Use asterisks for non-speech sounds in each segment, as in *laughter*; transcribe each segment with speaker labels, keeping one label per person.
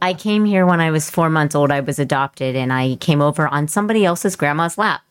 Speaker 1: I came here when I was four months old. I was adopted and I came over on somebody else's grandma's lap.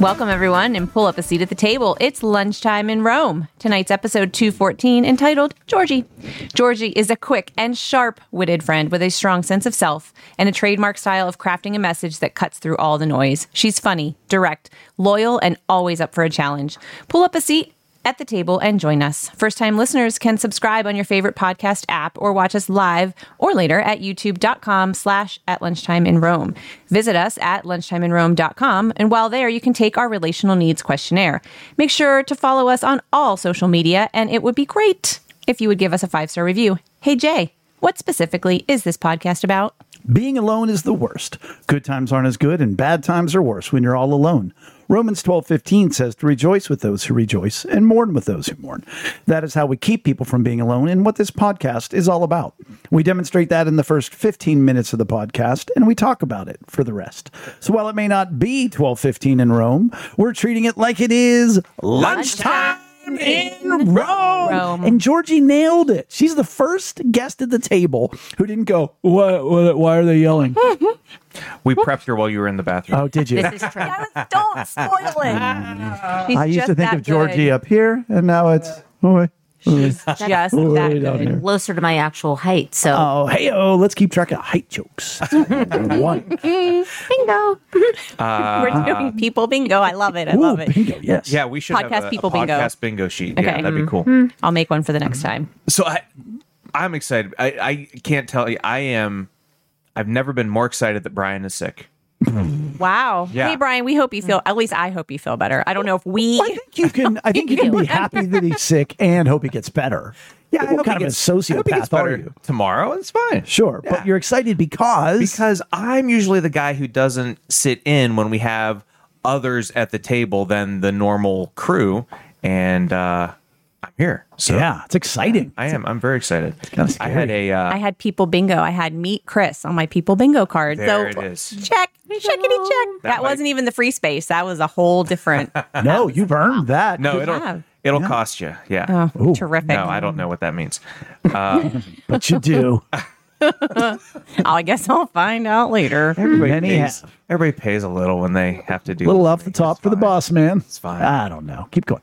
Speaker 2: Welcome, everyone, and pull up a seat at the table. It's lunchtime in Rome. Tonight's episode 214, entitled Georgie. Georgie is a quick and sharp witted friend with a strong sense of self and a trademark style of crafting a message that cuts through all the noise. She's funny, direct, loyal, and always up for a challenge. Pull up a seat at the table and join us. First time listeners can subscribe on your favorite podcast app or watch us live or later at youtube.com slash at lunchtime in Rome. Visit us at lunchtimeinrome.com and while there you can take our relational needs questionnaire. Make sure to follow us on all social media and it would be great if you would give us a five star review. Hey Jay, what specifically is this podcast *laughs* about?
Speaker 3: Being alone is the worst. Good times aren't as good and bad times are worse when you're all alone. Romans 12:15 says to rejoice with those who rejoice and mourn with those who mourn. That is how we keep people from being alone and what this podcast is all about. We demonstrate that in the first 15 minutes of the podcast and we talk about it for the rest. So while it may not be 12:15 in Rome, we're treating it like it is lunchtime in Rome.
Speaker 2: Rome.
Speaker 3: And Georgie nailed it. She's the first guest at the table who didn't go, why, why, why are they yelling?
Speaker 4: We prepped her while you were in the bathroom.
Speaker 3: oh, did you?
Speaker 1: This
Speaker 4: *laughs*
Speaker 1: is true.
Speaker 2: Don't spoil it.
Speaker 3: Mm-hmm. I used to think of Georgie up here, and now it's, oh, wait.
Speaker 2: just
Speaker 3: Way
Speaker 2: that
Speaker 3: down
Speaker 2: good.
Speaker 3: here.
Speaker 1: Closer to my actual height. So,
Speaker 3: oh, hey, oh, let's keep track of height jokes.
Speaker 2: *laughs*
Speaker 3: One.
Speaker 1: bingo.
Speaker 2: We're doing people bingo. I love it. I
Speaker 3: Ooh,
Speaker 2: love it.
Speaker 3: bingo, yes.
Speaker 4: Yeah, we should
Speaker 2: Podcast
Speaker 4: have a,
Speaker 2: people
Speaker 4: a
Speaker 2: bingo.
Speaker 4: podcast bingo sheet.
Speaker 2: Okay.
Speaker 4: Yeah, that'd be cool.
Speaker 2: I'll make one for the next time.
Speaker 4: So I, I'm excited. I, I can't tell you. I am. I've never been more excited that Brian is sick.
Speaker 2: Wow.
Speaker 4: Yeah.
Speaker 2: Hey, Brian, we hope you feel, at least I hope you feel better. I don't know if we,
Speaker 3: I think you can. I think you can be happy that he's sick and hope he gets better. Yeah, what
Speaker 4: hope
Speaker 3: kind
Speaker 4: he
Speaker 3: of
Speaker 4: gets-
Speaker 3: a
Speaker 4: I hope he gets
Speaker 3: sociopath
Speaker 4: better
Speaker 3: are you?
Speaker 4: Tomorrow, it's fine.
Speaker 3: Sure, but you're excited because,
Speaker 4: Because I'm usually the guy who doesn't sit in when we have others at the table than the normal crew, and uh, I'm here. So
Speaker 3: yeah, it's exciting.
Speaker 4: I am. I'm very excited.
Speaker 3: kinda
Speaker 4: I had a. Uh,
Speaker 2: I had people bingo. I had meet Chris on my people bingo card.
Speaker 4: there
Speaker 2: so
Speaker 4: it is.
Speaker 2: check, checkity check. That,
Speaker 4: That might-
Speaker 2: wasn't even the free space. That was a whole
Speaker 4: *laughs*
Speaker 2: different,
Speaker 3: No, you've earned that.
Speaker 4: No, it'll
Speaker 2: have.
Speaker 4: it'll cost you. Yeah.
Speaker 2: oh, terrific.
Speaker 4: No, I don't know what that means. Um,
Speaker 3: but you *laughs* do.
Speaker 2: *laughs* I guess I'll find out later.
Speaker 4: Everybody
Speaker 3: Many
Speaker 4: pays,
Speaker 3: have.
Speaker 4: everybody pays a little when they have to do
Speaker 3: Little off the top for the boss man. It's
Speaker 4: fine.
Speaker 3: I don't know. Keep going.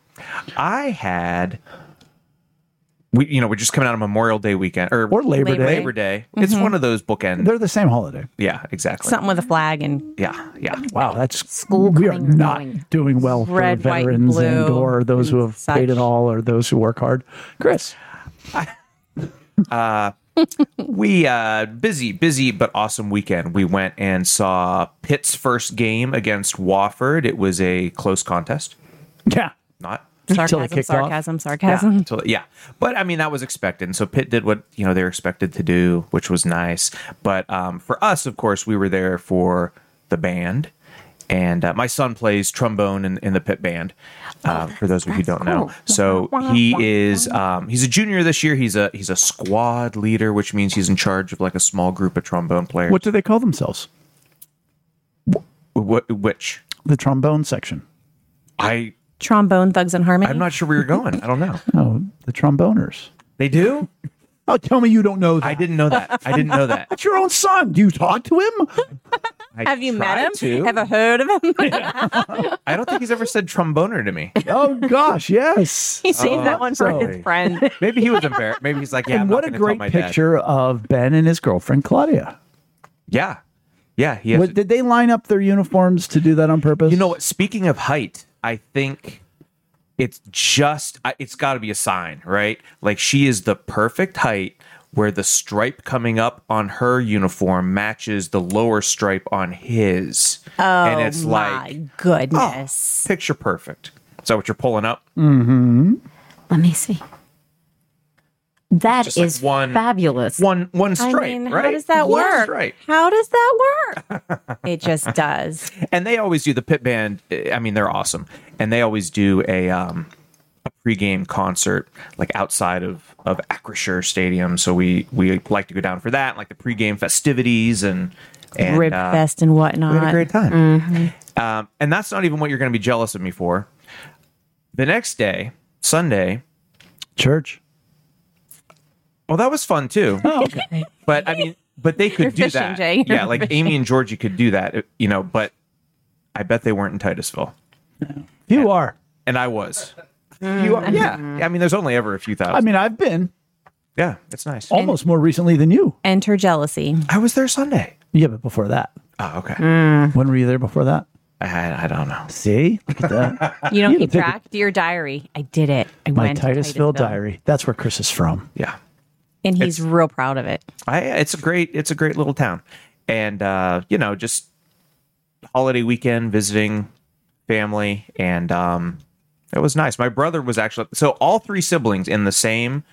Speaker 4: I had we you know, we're just coming out of Memorial Day weekend or
Speaker 3: Or Labor,
Speaker 2: Labor
Speaker 3: Day.
Speaker 4: Labor Day. It's one of those bookend.
Speaker 3: They're the same holiday.
Speaker 4: yeah, exactly.
Speaker 2: Something with a flag and
Speaker 4: Yeah, yeah.
Speaker 3: Wow, that's
Speaker 1: School
Speaker 3: We are
Speaker 1: coming and
Speaker 3: not
Speaker 1: going.
Speaker 3: doing well for
Speaker 2: Red, white,
Speaker 3: veterans
Speaker 2: blue,
Speaker 3: and or those who have
Speaker 2: such.
Speaker 3: paid it all or those who work hard. Chris,
Speaker 4: We uh busy, busy but awesome weekend. We went and saw Pitt's first game against Wofford. It was a close contest.
Speaker 3: yeah,
Speaker 4: Not
Speaker 3: Till it
Speaker 2: sarcasm,
Speaker 3: kicked off.
Speaker 2: sarcasm,
Speaker 4: Yeah,
Speaker 2: sarcasm. *laughs*
Speaker 4: until- yeah. But I mean, that was expected. And so Pitt did what you know they're expected to do, which was nice. But um, for us, of course, we were there for the band, and uh, my son plays trombone in, in the Pitt band.
Speaker 2: Oh,
Speaker 4: Uh, for those of you who don't know, so he is um, he's a junior this year. He's a he's a squad leader, which means he's in charge of like a small group of trombone players.
Speaker 3: what do they call themselves?
Speaker 4: Wh- which
Speaker 3: The trombone section.
Speaker 4: I
Speaker 2: Trombone, thugs, and harmony.
Speaker 4: I'm not sure where you're going. I
Speaker 2: *laughs*
Speaker 4: don't know.
Speaker 3: Oh, the tromboners.
Speaker 4: They do.
Speaker 3: Oh, tell me you don't know that.
Speaker 4: I didn't know that. I didn't know that.
Speaker 3: It's your own son. Do you talk
Speaker 2: *laughs*
Speaker 3: to him?
Speaker 4: I
Speaker 2: Have you met
Speaker 4: tried
Speaker 2: him?
Speaker 4: to.
Speaker 2: Have I heard of him? *laughs*
Speaker 4: I don't think he's ever said tromboner to me.
Speaker 3: oh gosh, yes.
Speaker 2: *laughs* he saved that one for his
Speaker 4: sorry.
Speaker 2: friend.
Speaker 4: Maybe he was embarrassed. Maybe he's like, yeah, I'm
Speaker 3: and
Speaker 4: not
Speaker 3: what a
Speaker 4: gonna tell
Speaker 3: great
Speaker 4: my dad.
Speaker 3: picture of Ben and his girlfriend Claudia.
Speaker 4: Yeah, yeah. He has
Speaker 3: What, did they line up their uniforms to do that on purpose?
Speaker 4: you know what? Speaking of height, I think it's just I- it's got to be a sign, right? Like she is the perfect height where the stripe coming up on her uniform matches the lower stripe on his, oh, and it's like
Speaker 2: My
Speaker 4: oh.
Speaker 2: goodness.
Speaker 4: picture perfect. Is that what you're pulling up?
Speaker 1: Let me see. That is
Speaker 4: Just like one-
Speaker 1: fabulous.
Speaker 4: One one stripe,
Speaker 2: I mean,
Speaker 4: right?
Speaker 2: how does that
Speaker 4: One
Speaker 2: work?
Speaker 4: stripe.
Speaker 2: How does that work? it just does.
Speaker 4: eh, and they always do the pit band i mean they're awesome and they always do a um pregame concert like outside of of Acrisure Stadium. So we we like to go down for that, like the pregame festivities and and
Speaker 2: Rib
Speaker 4: uh,
Speaker 2: fest and
Speaker 4: we had a
Speaker 2: whatnot.
Speaker 4: great time. Um, and that's not even what you're going to be jealous of me for. The next day, Sunday.
Speaker 3: Church.
Speaker 4: Well, that was fun too.
Speaker 3: Oh, okay.
Speaker 4: But I mean, but they could
Speaker 2: You're
Speaker 4: do
Speaker 2: fishing,
Speaker 4: that.
Speaker 2: Jay. You're
Speaker 4: yeah, like Amy and Georgie could do that, you know. But I bet they weren't in Titusville,
Speaker 3: you are.
Speaker 4: and I was. You are, yeah. I Mm. mean, there's only ever a few thousand.
Speaker 3: I mean, I've been
Speaker 4: yeah, it's nice.
Speaker 3: almost more recently than you.
Speaker 2: Enter jealousy.
Speaker 4: I was there Sunday.
Speaker 3: Yeah, but before that.
Speaker 4: Oh, okay.
Speaker 3: When were you there before that?
Speaker 4: I, I don't know.
Speaker 3: See? Look at that. *laughs*
Speaker 2: You don't
Speaker 3: You
Speaker 2: keep
Speaker 3: did it.
Speaker 2: track. Do your diary. I did it. I
Speaker 3: My
Speaker 2: went to
Speaker 3: Titusville diary. That's where Chris is from.
Speaker 4: Yeah,
Speaker 2: and he's real proud of it.
Speaker 4: I, it's a great it's a great little town, and uh, you know, just holiday weekend visiting family, and um, it was nice. My brother was actually so all three siblings in the same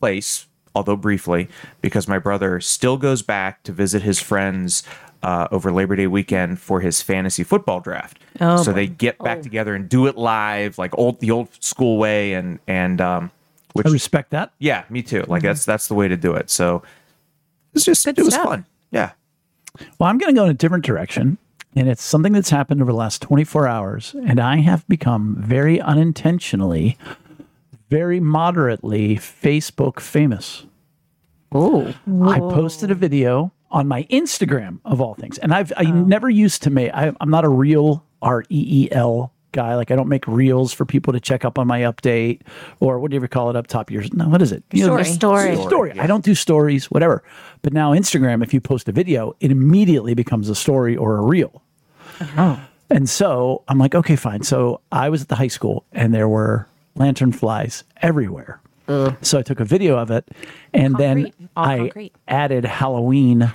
Speaker 4: place, although briefly, because my brother still goes back to visit his friends uh, over Labor Day weekend for his fantasy football draft.
Speaker 2: Oh,
Speaker 4: so they get back together and do it live, like old the old school way, and and um, which
Speaker 3: I respect that.
Speaker 4: yeah, me too. Like that's that's the way to do it. So it's just
Speaker 2: Mm-hmm. Good
Speaker 4: it was
Speaker 2: stuff.
Speaker 4: fun. Yeah.
Speaker 3: Well, I'm going to go in a different direction. And it's something that's happened over the last 24 hours. And I have become very unintentionally, very moderately Facebook famous.
Speaker 1: Ooh.
Speaker 3: I posted a video on my Instagram of all things, and I've
Speaker 1: Oh.
Speaker 3: I never used to make. I, I'm not a real R E E L guy. Like I don't make reels for people to check up on my update or whatever you call it up top. Your no, what is it? You know,
Speaker 1: Your story.
Speaker 3: story. I don't do stories, whatever. But now Instagram, if you post a video, it immediately becomes a story or a reel. And so I'm like, okay, fine. So I was at the high school and there were lantern flies everywhere. So I took a video of it and
Speaker 2: Concrete.
Speaker 3: then
Speaker 2: All
Speaker 3: I
Speaker 2: concrete.
Speaker 3: added Halloween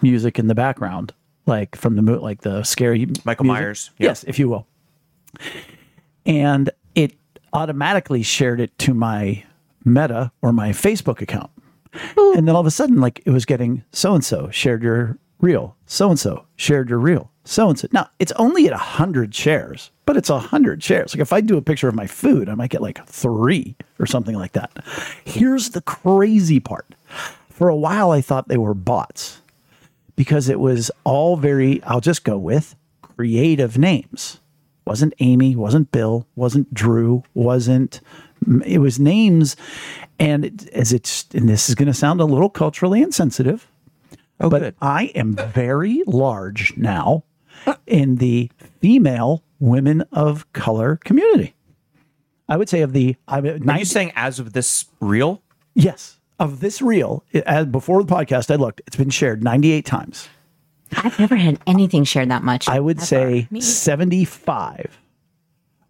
Speaker 3: music in the background, like from the mo- like the scary
Speaker 4: Michael
Speaker 3: music.
Speaker 4: Myers. Yeah.
Speaker 3: Yes, if you will. And it automatically shared it to my Meta or my Facebook account. And then all of a sudden, like it was getting so and so shared your reel, so and so shared your reel, so and so. Now it's only at 100 shares, but it's 100 shares. Like if I do a picture of my food, I might get like three or something like that. Here's the crazy part for a while, I thought they were bots because it was all very, I'll just go with creative names. Wasn't Amy, wasn't Bill, wasn't Drew, wasn't, it was names. And it, as it's, and this is going to sound a little culturally insensitive,
Speaker 4: Oh,
Speaker 3: but
Speaker 4: good.
Speaker 3: I am very large now in the female women of color community. I would say of the, I'm at
Speaker 4: Are you
Speaker 3: 90
Speaker 4: saying as of this reel?
Speaker 3: Yes. Of this reel, it, as before the podcast, I looked, it's been shared 98 times.
Speaker 1: I've never had anything shared that much.
Speaker 3: I would say 75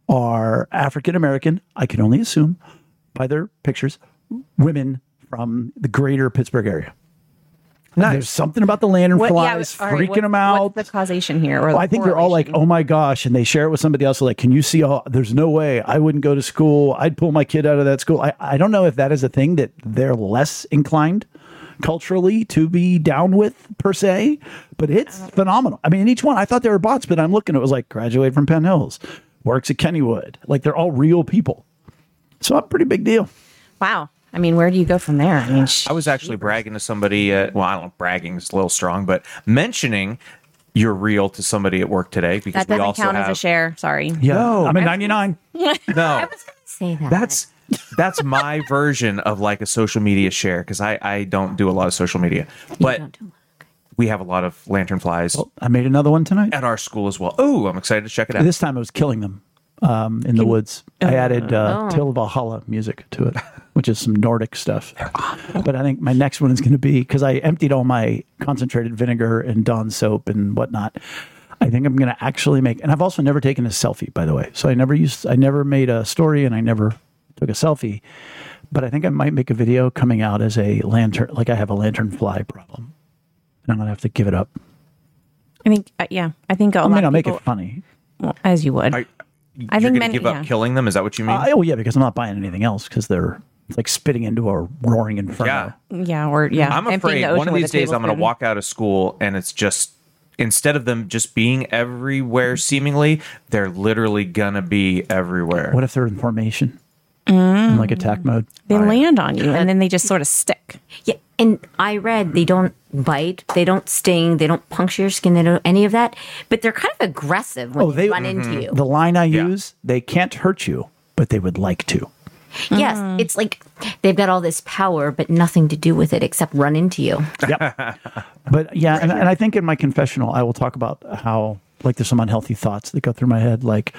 Speaker 3: are African American, I can only assume by their pictures, women from the greater Pittsburgh area. There's something about the lantern flies
Speaker 2: all right,
Speaker 3: freaking
Speaker 2: what-
Speaker 3: them out.
Speaker 2: What's the causation here? Or
Speaker 3: Well,
Speaker 2: the
Speaker 3: I think they're all like,
Speaker 2: correlation?
Speaker 3: "Oh my gosh!" and they share it with somebody else. Like, can you see? All there's no way I wouldn't go to school. I'd pull my kid out of that school. I, I don't know if that is a thing that they're less inclined culturally to be down with per se, but it's phenomenal. I mean, in each one, I thought they were bots, but I'm looking. It was like graduated from Penn Hills, works at Kennywood. Like they're all real people. So I'm a pretty big deal.
Speaker 2: wow. I mean, where do you go from there? I mean, sh-
Speaker 4: I was actually bragging to somebody. Uh, well, I don't know, bragging is a little strong, but mentioning your reel to somebody at work today because
Speaker 2: that
Speaker 4: we
Speaker 2: doesn't
Speaker 4: also
Speaker 2: count
Speaker 4: have
Speaker 2: as a share. Sorry.
Speaker 3: Yeah, I'm at 99.
Speaker 2: *laughs*
Speaker 4: no.
Speaker 1: say that.
Speaker 4: That's that's my version of like a social media share because I I don't do a lot of social media, but
Speaker 1: Don't do it.
Speaker 4: we have a lot of lantern flies
Speaker 3: I made another one tonight.
Speaker 4: at our school as well. Oh, I'm excited to check it out.
Speaker 3: This time I was killing them um, in the woods. I
Speaker 2: Oh.
Speaker 3: added uh, Till Valhalla music to it, which is some Nordic stuff. But I think my next one is going to be because I emptied all my concentrated vinegar and Dawn soap and whatnot. I think I'm going to actually make, and I've also never taken a selfie, by the way. So I never used, I never made a story and I never took a selfie. But I think I might make a video coming out as a lantern, like I have a lantern fly problem. And I'm going to have to give it up.
Speaker 2: I think, uh, yeah, I think a
Speaker 3: I
Speaker 2: lot
Speaker 3: mean, I'll
Speaker 2: of
Speaker 3: make
Speaker 2: people,
Speaker 3: it funny.
Speaker 2: well, as you would.
Speaker 4: Are, you're
Speaker 2: think
Speaker 4: gonna
Speaker 2: many-
Speaker 4: give up
Speaker 2: yeah.
Speaker 4: killing them? Is that what you mean?
Speaker 3: Uh, oh yeah, because I'm not buying anything else because they're it's like spitting into a roaring inferno.
Speaker 4: yeah.
Speaker 2: yeah, or yeah.
Speaker 4: I'm
Speaker 2: emptying
Speaker 4: afraid
Speaker 2: the
Speaker 4: one
Speaker 2: ocean
Speaker 4: of
Speaker 2: with
Speaker 4: these
Speaker 2: a
Speaker 4: days I'm going to
Speaker 2: tablespoon.
Speaker 4: walk out of school and it's just instead of them just being
Speaker 2: Mm-hmm.
Speaker 4: everywhere seemingly, they're literally going to be everywhere.
Speaker 3: What if they're in formation? in like attack mode.
Speaker 2: They land on you and then they just sort of stick.
Speaker 1: Yeah, and I read they don't bite, they don't sting, they don't puncture your skin, they don't any of that. But they're kind of aggressive when
Speaker 3: Oh,
Speaker 1: they
Speaker 3: they-
Speaker 1: run
Speaker 4: Mm-hmm.
Speaker 1: into you.
Speaker 3: The line I
Speaker 4: Yeah.
Speaker 3: use, they can't hurt you, but they would like to.
Speaker 1: Yes, it's like they've got all this power, but nothing to do with it except run into you.
Speaker 3: Yep. but yeah, and, and I think in my confessional, I will talk about how like there's some unhealthy thoughts that go through my head. Like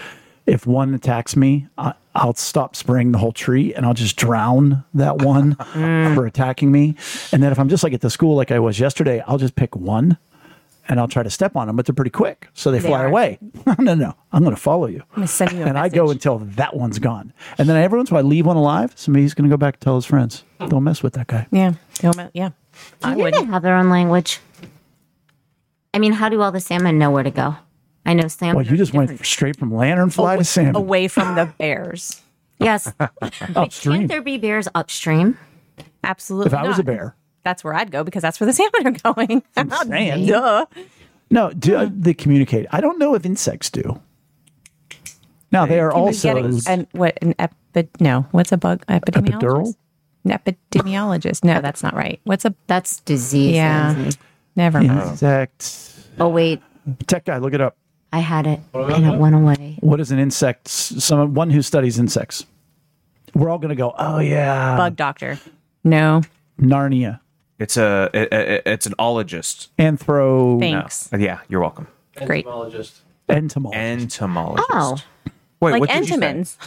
Speaker 3: if one attacks me, I, I'll stop spraying the whole tree and I'll just drown that one for attacking me. And then if I'm just like at the school, like I was yesterday, I'll just pick one and I'll try to step on them, but they're pretty quick, so they, fly
Speaker 1: are.
Speaker 3: away. *laughs* no, no, no, I'm going to follow you.
Speaker 2: gonna send you a
Speaker 3: and *laughs* I go
Speaker 2: message.
Speaker 3: until that one's gone, and then every once in a while I leave one alive. Somebody's going to go back and tell his friends, "Don't mess with that guy."
Speaker 2: Yeah. They'll melt- Yeah.
Speaker 1: I would they have their own language. I mean, how do all the salmon know where to go? I know salmon.
Speaker 3: Well, you
Speaker 1: are
Speaker 3: just went
Speaker 1: different.
Speaker 3: straight from lanternfly to salmon
Speaker 2: Away from
Speaker 3: *laughs*
Speaker 2: the bears.
Speaker 1: *laughs* Yes.
Speaker 3: upstream.
Speaker 1: Can't there be bears upstream?
Speaker 2: Absolutely.
Speaker 3: If I was a
Speaker 2: not.
Speaker 3: bear,
Speaker 2: that's where I'd go because that's where the *laughs* salmon are going.
Speaker 3: saying.
Speaker 2: *laughs* Duh.
Speaker 3: no, do uh,
Speaker 2: Hmm.
Speaker 3: they communicate? I don't know if insects do. Now they are also
Speaker 2: Getting an, what an epi- no, what's a bug? Epidemiologist.
Speaker 3: Epidural?
Speaker 2: An epidemiologist. No, that's not right. What's a
Speaker 1: That's disease.
Speaker 2: Yeah.
Speaker 1: Lindsay.
Speaker 2: never mind.
Speaker 3: insects.
Speaker 1: Oh wait,
Speaker 3: Tech guy, look it up.
Speaker 1: I had it and it went away.
Speaker 3: What is an insect? S- Someone one who studies insects. We're all going to go. Oh yeah,
Speaker 2: Bug doctor. No.
Speaker 3: Narnia,
Speaker 4: It's a, it- it- it's an ologist.
Speaker 3: anthro,
Speaker 2: Thanks.
Speaker 4: Yeah, you're welcome.
Speaker 2: Great.
Speaker 3: entomologist.
Speaker 4: Entomologist.
Speaker 1: Oh,
Speaker 4: Wait,
Speaker 2: Like
Speaker 4: what did you say?
Speaker 2: entomins.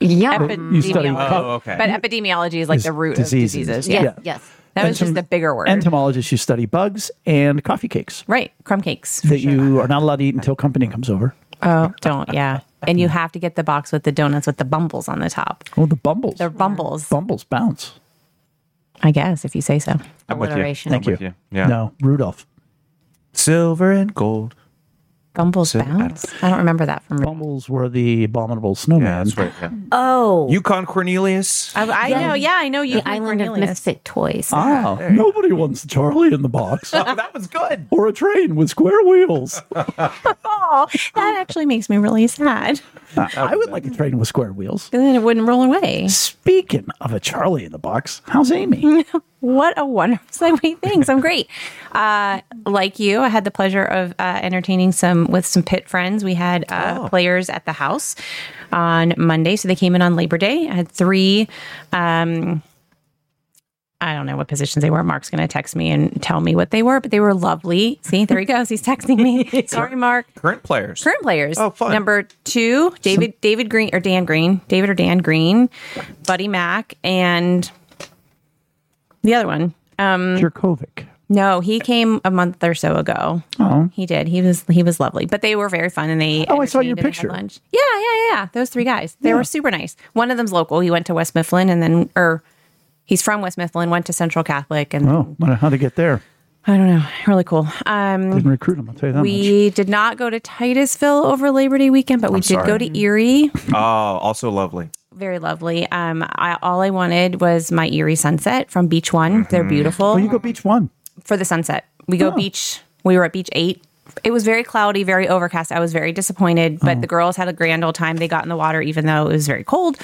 Speaker 1: yeah.
Speaker 3: *laughs* You study
Speaker 2: Epidemiologist.
Speaker 3: co-
Speaker 4: Oh, okay.
Speaker 2: But epidemiology is like the root
Speaker 3: diseases.
Speaker 2: of diseases.
Speaker 1: yes,
Speaker 2: Yeah.
Speaker 3: yeah.
Speaker 1: yes.
Speaker 2: That was just
Speaker 3: Entom-
Speaker 2: the bigger word.
Speaker 3: entomologists. You study bugs and coffee cakes
Speaker 2: right. Crumb cakes.
Speaker 3: that you are not allowed to eat until company comes over.
Speaker 2: Oh, don't. Yeah. And you have to get the box with the donuts with the bumbles on the top.
Speaker 3: Oh, the bumbles.
Speaker 2: They're bumbles,
Speaker 3: bumbles bounce.
Speaker 2: I guess, if you say so.
Speaker 4: I'm with you.
Speaker 1: Alliteration.
Speaker 4: I'm
Speaker 3: Thank you.
Speaker 4: with you. Yeah.
Speaker 3: No, Rudolph.
Speaker 4: Silver and
Speaker 3: *laughs*
Speaker 4: gold.
Speaker 2: Bumbles
Speaker 4: So-
Speaker 2: bounce. I don't remember that from.
Speaker 3: Bumbles were the abominable
Speaker 4: Yeah,
Speaker 3: snowman.
Speaker 4: that's right. Yeah.
Speaker 1: Oh,
Speaker 4: Yukon Cornelius.
Speaker 2: I, I know. Yeah, I know you.
Speaker 1: the island of misfit toys.
Speaker 3: Ah, nobody wants Charlie in the box
Speaker 4: Oh, that was good.
Speaker 3: or a train with square
Speaker 2: *laughs*
Speaker 3: wheels.
Speaker 2: Oh, that actually makes me really sad.
Speaker 3: I would like a train with square wheels.
Speaker 2: And then it wouldn't roll away.
Speaker 3: Speaking of a Charlie in the box, how's
Speaker 2: Mm-hmm.
Speaker 3: Amy?
Speaker 2: What a wonderful *laughs* segue. Thanks. I'm great. Uh, like you, I had the pleasure of uh, entertaining some with some pit friends. We had uh,
Speaker 4: Oh.
Speaker 2: players at the house on Monday, so they came in on Labor Day. I had three. Um, I don't know what positions they were. Mark's going to text me and tell me what they were, but they were lovely. See, there he goes. He's texting
Speaker 4: *laughs*
Speaker 2: me. Sorry, Mark.
Speaker 4: Current players.
Speaker 2: current players.
Speaker 4: Oh, fun.
Speaker 2: Number two, David, David Green or Dan Green, David or Dan Green, Buddy Mack, and the other one.
Speaker 3: Jerkovic.
Speaker 2: No, he came a month or so ago.
Speaker 3: Oh,
Speaker 2: He did. He was he was lovely, but they were very fun and they.
Speaker 3: Oh, I saw your
Speaker 2: entertained and they had
Speaker 3: picture.
Speaker 2: Lunch. Yeah, yeah, yeah. Those three guys. They were super nice. One of them's local. He went to West Mifflin and then, or he's from West Mifflin, went to Central Catholic, and
Speaker 3: oh, I don't know how to get there.
Speaker 2: I don't know. Really cool. Um,
Speaker 3: Didn't recruit him. I'll tell you that much.
Speaker 2: we did not go to Titusville over Labor Day weekend, but we did
Speaker 4: sorry.
Speaker 2: go to Erie.
Speaker 4: Oh, also lovely. *laughs*
Speaker 2: very lovely. Um, I, all I wanted was my eerie sunset from Beach One. They're beautiful
Speaker 3: Mm-hmm. Oh, You go beach one.
Speaker 2: for the sunset. We go beach. We were at Beach Eight. It was very cloudy, very overcast. I was very disappointed, but the girls had a grand old time. They got in the water, even though it was very cold.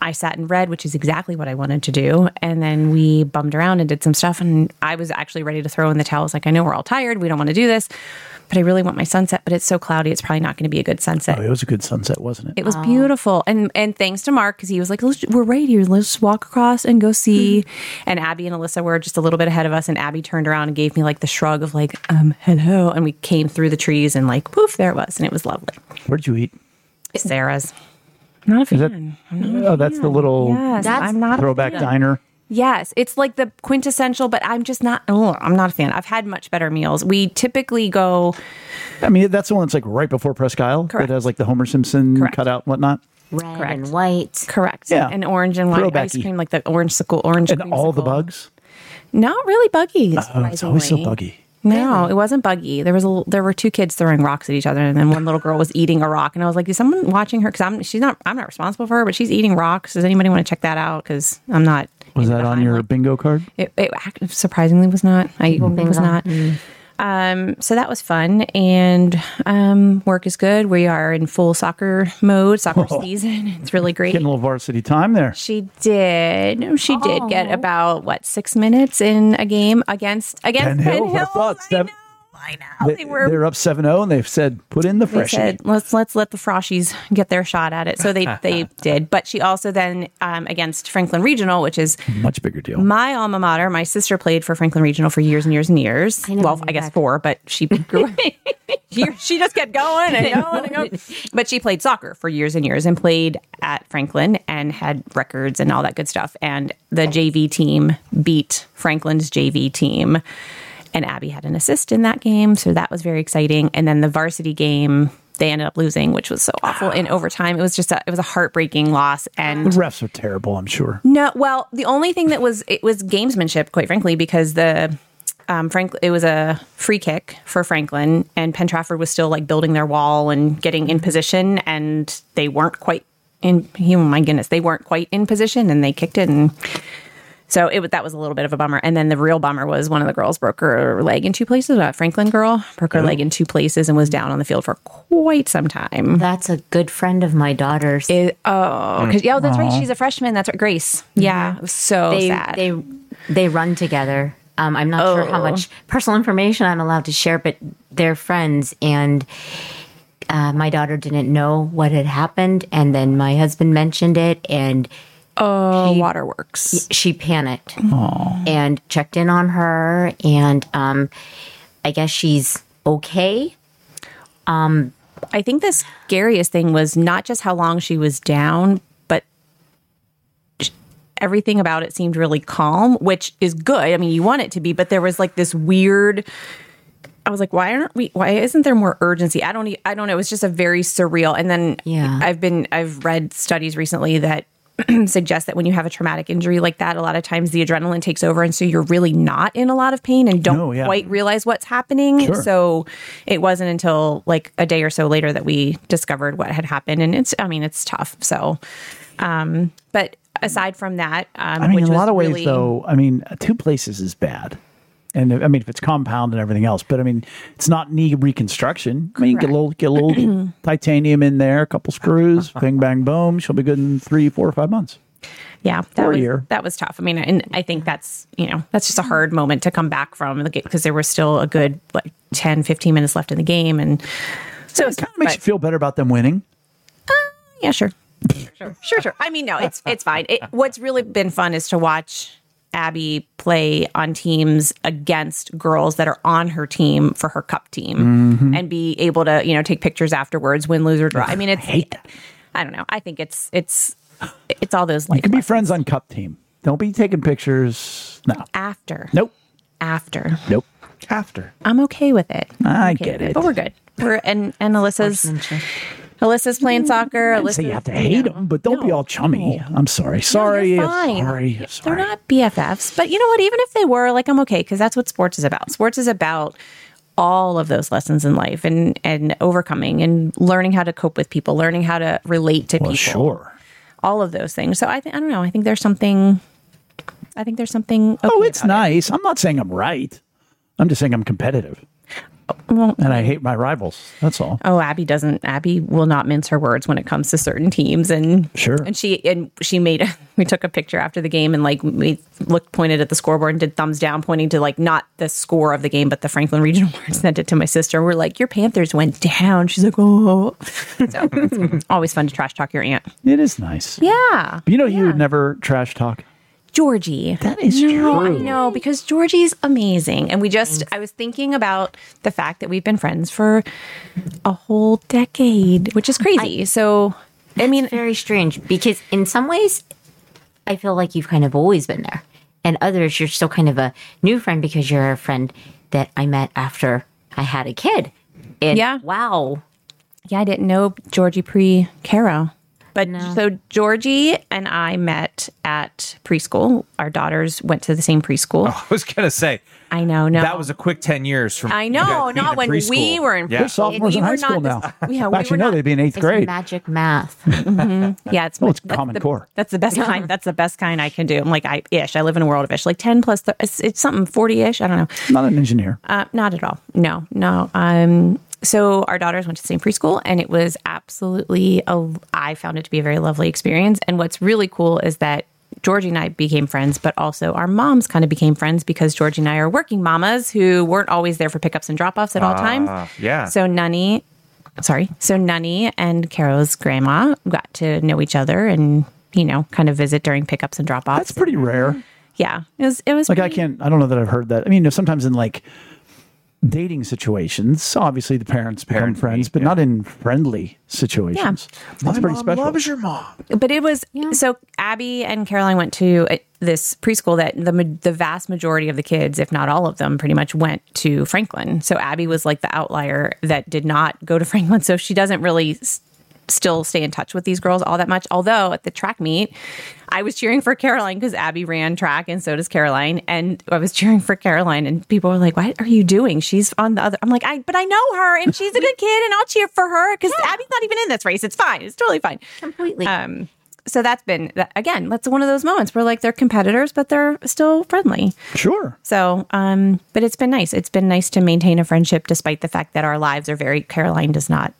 Speaker 2: I sat and read, which is exactly what I wanted to do. And then we bummed around and did some stuff. And I was actually ready to throw in the towel. I was like, I know we're all tired. We don't want to do this, but I really want my sunset. But it's so cloudy. It's probably not going to be a good sunset.
Speaker 3: Oh, it was a good sunset, wasn't it?
Speaker 2: It was beautiful, and and thanks to Mark because he was like, let's, "We're right here. Let's just walk across and go see." and Abby and Alyssa were just a little bit ahead of us, and Abby turned around and gave me like the shrug of like, um, "Hello," and we came through the trees and like, poof, there it was, and it was lovely.
Speaker 3: Where'd you eat?
Speaker 2: Sarah's not a
Speaker 3: Is that?
Speaker 2: fan.
Speaker 3: Oh, that's the little
Speaker 2: yes,
Speaker 1: That's-
Speaker 2: I'm not. a
Speaker 3: throwback
Speaker 2: fan.
Speaker 3: diner.
Speaker 2: Yes, it's like the quintessential, but I'm just not. ugh, I'm not a fan. I've had much better meals. We typically go.
Speaker 3: I mean, that's the one that's like right before Presque Isle.
Speaker 2: Correct.
Speaker 3: That has like the Homer Simpson
Speaker 2: Correct.
Speaker 3: cutout and whatnot.
Speaker 1: Red
Speaker 2: Correct.
Speaker 1: and white.
Speaker 2: Correct.
Speaker 3: Yeah.
Speaker 2: And orange and white ice
Speaker 3: Throwbacky.
Speaker 2: cream, like the orange sickle, orange.
Speaker 3: And all the
Speaker 2: creamsicle.
Speaker 3: bugs.
Speaker 2: Not really buggy.
Speaker 3: Oh, it's always so
Speaker 2: surprisingly.
Speaker 3: buggy.
Speaker 2: No, it wasn't buggy. There was a, there were two kids throwing rocks at each other, and then one little girl was eating a rock, and I was like, "Is someone watching her? Because I'm she's not I'm not responsible for her, but she's eating rocks. Does anybody want to check that out? Because I'm not."
Speaker 3: Was
Speaker 2: into
Speaker 3: that
Speaker 2: the
Speaker 3: on your
Speaker 2: highlight.
Speaker 3: bingo card? Mm-hmm.
Speaker 2: It, it act- surprisingly was not. I was
Speaker 1: bingo.
Speaker 2: not. Um, so that was fun, and um, work is good. We are in full soccer mode,
Speaker 3: *laughs*
Speaker 2: soccer
Speaker 3: Oh,
Speaker 2: season. It's really great.
Speaker 3: Getting a little varsity time there.
Speaker 2: She did. She did get about what six minutes in a game against against
Speaker 3: Penn Hill.
Speaker 2: Penn
Speaker 3: What a
Speaker 2: Hills.
Speaker 3: thought,
Speaker 2: I
Speaker 3: Steph.
Speaker 2: know. I know. They were
Speaker 3: are up 7-0 and they've said put in the
Speaker 2: they
Speaker 3: fresh.
Speaker 2: said, let's let's let the Froshies get their shot at it. So they
Speaker 3: *laughs*
Speaker 2: they did. But she also then um, against Franklin Regional, which is
Speaker 3: Much bigger deal.
Speaker 2: my alma mater. My sister played for Franklin Regional for years and years and years.
Speaker 1: never
Speaker 2: well,
Speaker 1: knew
Speaker 2: I guess
Speaker 1: that.
Speaker 2: four, but
Speaker 1: *laughs*
Speaker 2: she grew. she, she just kept going and going and going. But she played soccer for years and years and played at Franklin and had records and all that good stuff. And the JV team beat Franklin's JV team. And Abby had an assist in that game. So that was very exciting. And then the varsity game, they ended up losing, which was so awful
Speaker 1: Ah.
Speaker 2: in overtime. It was just a, it was a heartbreaking loss. And
Speaker 3: the refs are terrible, I'm sure.
Speaker 2: no, well, the only thing that was it was gamesmanship, quite frankly, because the um, Frank it was a free kick for Franklin, and Penn Trafford was still like building their wall and getting in position, and they weren't quite in. Oh my goodness, they weren't quite in position, and they kicked it, and so it was- that was a little bit of a bummer. And then the real bummer was one of the girls broke her leg in two places. A Franklin girl broke her leg in two places and was down on the field for quite some time.
Speaker 1: That's a good friend of my daughter's.
Speaker 2: It- oh, 'cause- yeah, that's right. She's a freshman. That's right. Grace. Yeah. it was So
Speaker 1: they,
Speaker 2: sad.
Speaker 1: they they run together. Um, I'm not sure how
Speaker 2: Oh.
Speaker 1: much personal information I'm allowed to share, but they're friends. And uh, my daughter didn't know what had happened, and then my husband mentioned it, and
Speaker 2: oh, waterworks.
Speaker 1: she panicked and checked in on her, and um, I guess she's okay.
Speaker 2: I think the scariest thing was not just how long she was down, but sh- everything about it seemed really calm, which is good. I mean, you want it to be, but there was like this weird. I was like, why aren't we? Why isn't there more urgency? I don't. e- I don't know. It was just a very surreal. And then
Speaker 1: Yeah.
Speaker 2: I've been. I've read studies recently that *clears throat* suggest that when you have a traumatic injury like that, a lot of times the adrenaline takes over, and so you're really not in a lot of pain and don't
Speaker 3: No, yeah.
Speaker 2: quite realize what's happening.
Speaker 3: Sure.
Speaker 2: So it wasn't until like a day or so later that we discovered what had happened, and it's. I mean, it's tough. So, um, but aside from that, um,
Speaker 3: I mean,
Speaker 2: which
Speaker 3: in a
Speaker 2: was
Speaker 3: lot of ways,
Speaker 2: really-
Speaker 3: though, I mean, two places is bad. And I mean, if it's compound and everything else, but I mean, it's not knee reconstruction. I mean, you get a little, get a little *clears throat* titanium in there, a
Speaker 2: *laughs*
Speaker 3: couple screws, bang, bang, boom. She'll be good in three, four, or five months.
Speaker 2: Yeah, that
Speaker 3: Or a
Speaker 2: was
Speaker 3: year.
Speaker 2: that was tough. I mean, and I think that's you know that's just a hard moment to come back from because there was still a good like 10, 15 minutes left in the game, and so it's
Speaker 3: Kind of makes
Speaker 2: but-
Speaker 3: you feel better about them winning.
Speaker 2: Yeah, sure. Sure, sure, sure. I mean, no, it's it's fine. It, what's really been fun is to watch Abby play on teams against girls that are on her team for her cup team,
Speaker 3: Mm-hmm.
Speaker 2: and be able to you know take pictures afterwards, win, lose, or draw. I mean, it's I, don't know. I think it's it's it's all those
Speaker 3: You
Speaker 2: like
Speaker 3: can be friends on Cup Team. Don't be taking pictures. No.
Speaker 2: after
Speaker 3: Nope.
Speaker 2: after.
Speaker 3: Nope.
Speaker 4: After.
Speaker 2: I'm okay with it. I'm
Speaker 3: I
Speaker 2: okay
Speaker 3: get
Speaker 2: with
Speaker 3: it.
Speaker 2: but we're good. We're and and Alyssa's Alyssa's playing soccer.
Speaker 3: I didn't say you
Speaker 2: Alyssa's-
Speaker 3: have to hate them, but don't be all chummy. I'm sorry. Sorry.
Speaker 2: you're fine.
Speaker 3: Sorry.
Speaker 2: They're
Speaker 3: Sorry.
Speaker 2: not BFFs, but you know what? Even if they were, like, I'm okay because that's what sports is about. Sports is about all of those lessons in life and and overcoming and learning how to cope with people, learning how to relate to
Speaker 3: well,
Speaker 2: people,
Speaker 3: sure.
Speaker 2: all of those things. So I think I don't know. I think there's something. I think there's something. Okay
Speaker 3: Oh, it's
Speaker 2: about
Speaker 3: nice. I'm not saying I'm right. I'm just saying I'm competitive. and I hate my rivals. That's all.
Speaker 2: Oh, Abby doesn't. Abby will not mince her words when it comes to certain teams, and
Speaker 3: Sure.
Speaker 2: And she and she made. *laughs* We took a picture after the game, and like we looked, pointed at the scoreboard, and did thumbs down, pointing to like not the score of the game, but the Franklin Regional *laughs* Board. Sent it to my sister. We're like, your Panthers went down. She's like, oh. *laughs* So it's always fun to trash talk your aunt.
Speaker 3: It is nice.
Speaker 2: Yeah,
Speaker 3: You know, you would never trash talk.
Speaker 2: Georgie. Oh,
Speaker 3: That is
Speaker 2: I
Speaker 3: true.
Speaker 2: know because Georgie's amazing, and we just. I was thinking about the fact that we've been friends for a whole decade, which is crazy. so. I mean,
Speaker 1: Very strange because in some ways, I feel like you've kind of always been there, and others you're still kind of a new friend because you're a friend that I met after I had a kid. And
Speaker 2: Yeah.
Speaker 1: Wow.
Speaker 2: Yeah, I didn't know Georgie pre Caro. But
Speaker 1: No.
Speaker 2: so Georgie and I met at preschool. Our daughters went to the same preschool.
Speaker 3: Oh,
Speaker 4: I was gonna say
Speaker 2: I know. No,
Speaker 4: that was a quick ten years from.
Speaker 2: I
Speaker 4: you guys
Speaker 2: know.
Speaker 4: being
Speaker 2: Not when
Speaker 4: preschool.
Speaker 2: we were in
Speaker 4: Yeah.
Speaker 3: They're sophomores
Speaker 2: We
Speaker 3: in
Speaker 2: were
Speaker 3: high
Speaker 2: not
Speaker 3: school
Speaker 2: the-
Speaker 3: now.
Speaker 2: *laughs* Yeah, we
Speaker 3: Actually,
Speaker 2: were
Speaker 3: no,
Speaker 2: not-
Speaker 3: they'd be in eighth
Speaker 1: It's
Speaker 3: grade.
Speaker 1: magic math. *laughs*
Speaker 2: Yeah, it's
Speaker 3: Well, it's
Speaker 2: that's
Speaker 3: Common
Speaker 2: the,
Speaker 3: Core.
Speaker 2: That's the best kind. That's the best kind I can do. I'm like I ish. I live in a world of ish. Like ten plus, th- it's, it's something forty ish. I don't know.
Speaker 3: Not an engineer.
Speaker 2: Uh, not at all. No, no. Um, so our daughters went to the same preschool, and it was absolutely a. I found it to be a very lovely experience. And what's really cool is that Georgie and I became friends, but also our moms kind of became friends because Georgie and I are working mamas who weren't always there for pickups and drop offs at
Speaker 3: Ah,
Speaker 2: all times.
Speaker 4: yeah.
Speaker 2: So Nunny, sorry. So Nunny and Carol's grandma got to know each other and you know kind of visit during pickups and drop offs.
Speaker 3: That's pretty rare.
Speaker 2: yeah, it was. It was
Speaker 3: Like I
Speaker 2: pretty-
Speaker 3: can't. I don't know that I've heard that. I mean, you know, sometimes in like dating situations, obviously the parents become
Speaker 4: Parents
Speaker 3: friends,
Speaker 4: meet,
Speaker 3: but
Speaker 4: yeah.
Speaker 3: not in friendly situations.
Speaker 4: My
Speaker 3: That's pretty
Speaker 4: mom
Speaker 3: special.
Speaker 4: loves your mom.
Speaker 2: but it was so Abby and Caroline went to uh, this preschool that the ma- the vast majority of the kids, if not all of them, pretty much went to Franklin. So Abby was like the outlier that did not go to *laughs* Franklin. So she doesn't really s- still stay in touch with these girls all that much. Although at the track meet, I was cheering for Caroline because Abby ran track and so does Caroline, and I was cheering for Caroline. And people were like, "What are you doing? She's on the other." I'm like, "I but I know her and she's a good kid, and I'll cheer for her because Abby's not even in this race. It's fine. It's totally fine."
Speaker 1: Completely.
Speaker 2: um, so that's been that, again that's one of those moments where like they're competitors but they're still friendly
Speaker 3: Sure.
Speaker 2: so um but it's been nice it's been nice to maintain a friendship despite the fact that our lives are very caroline does not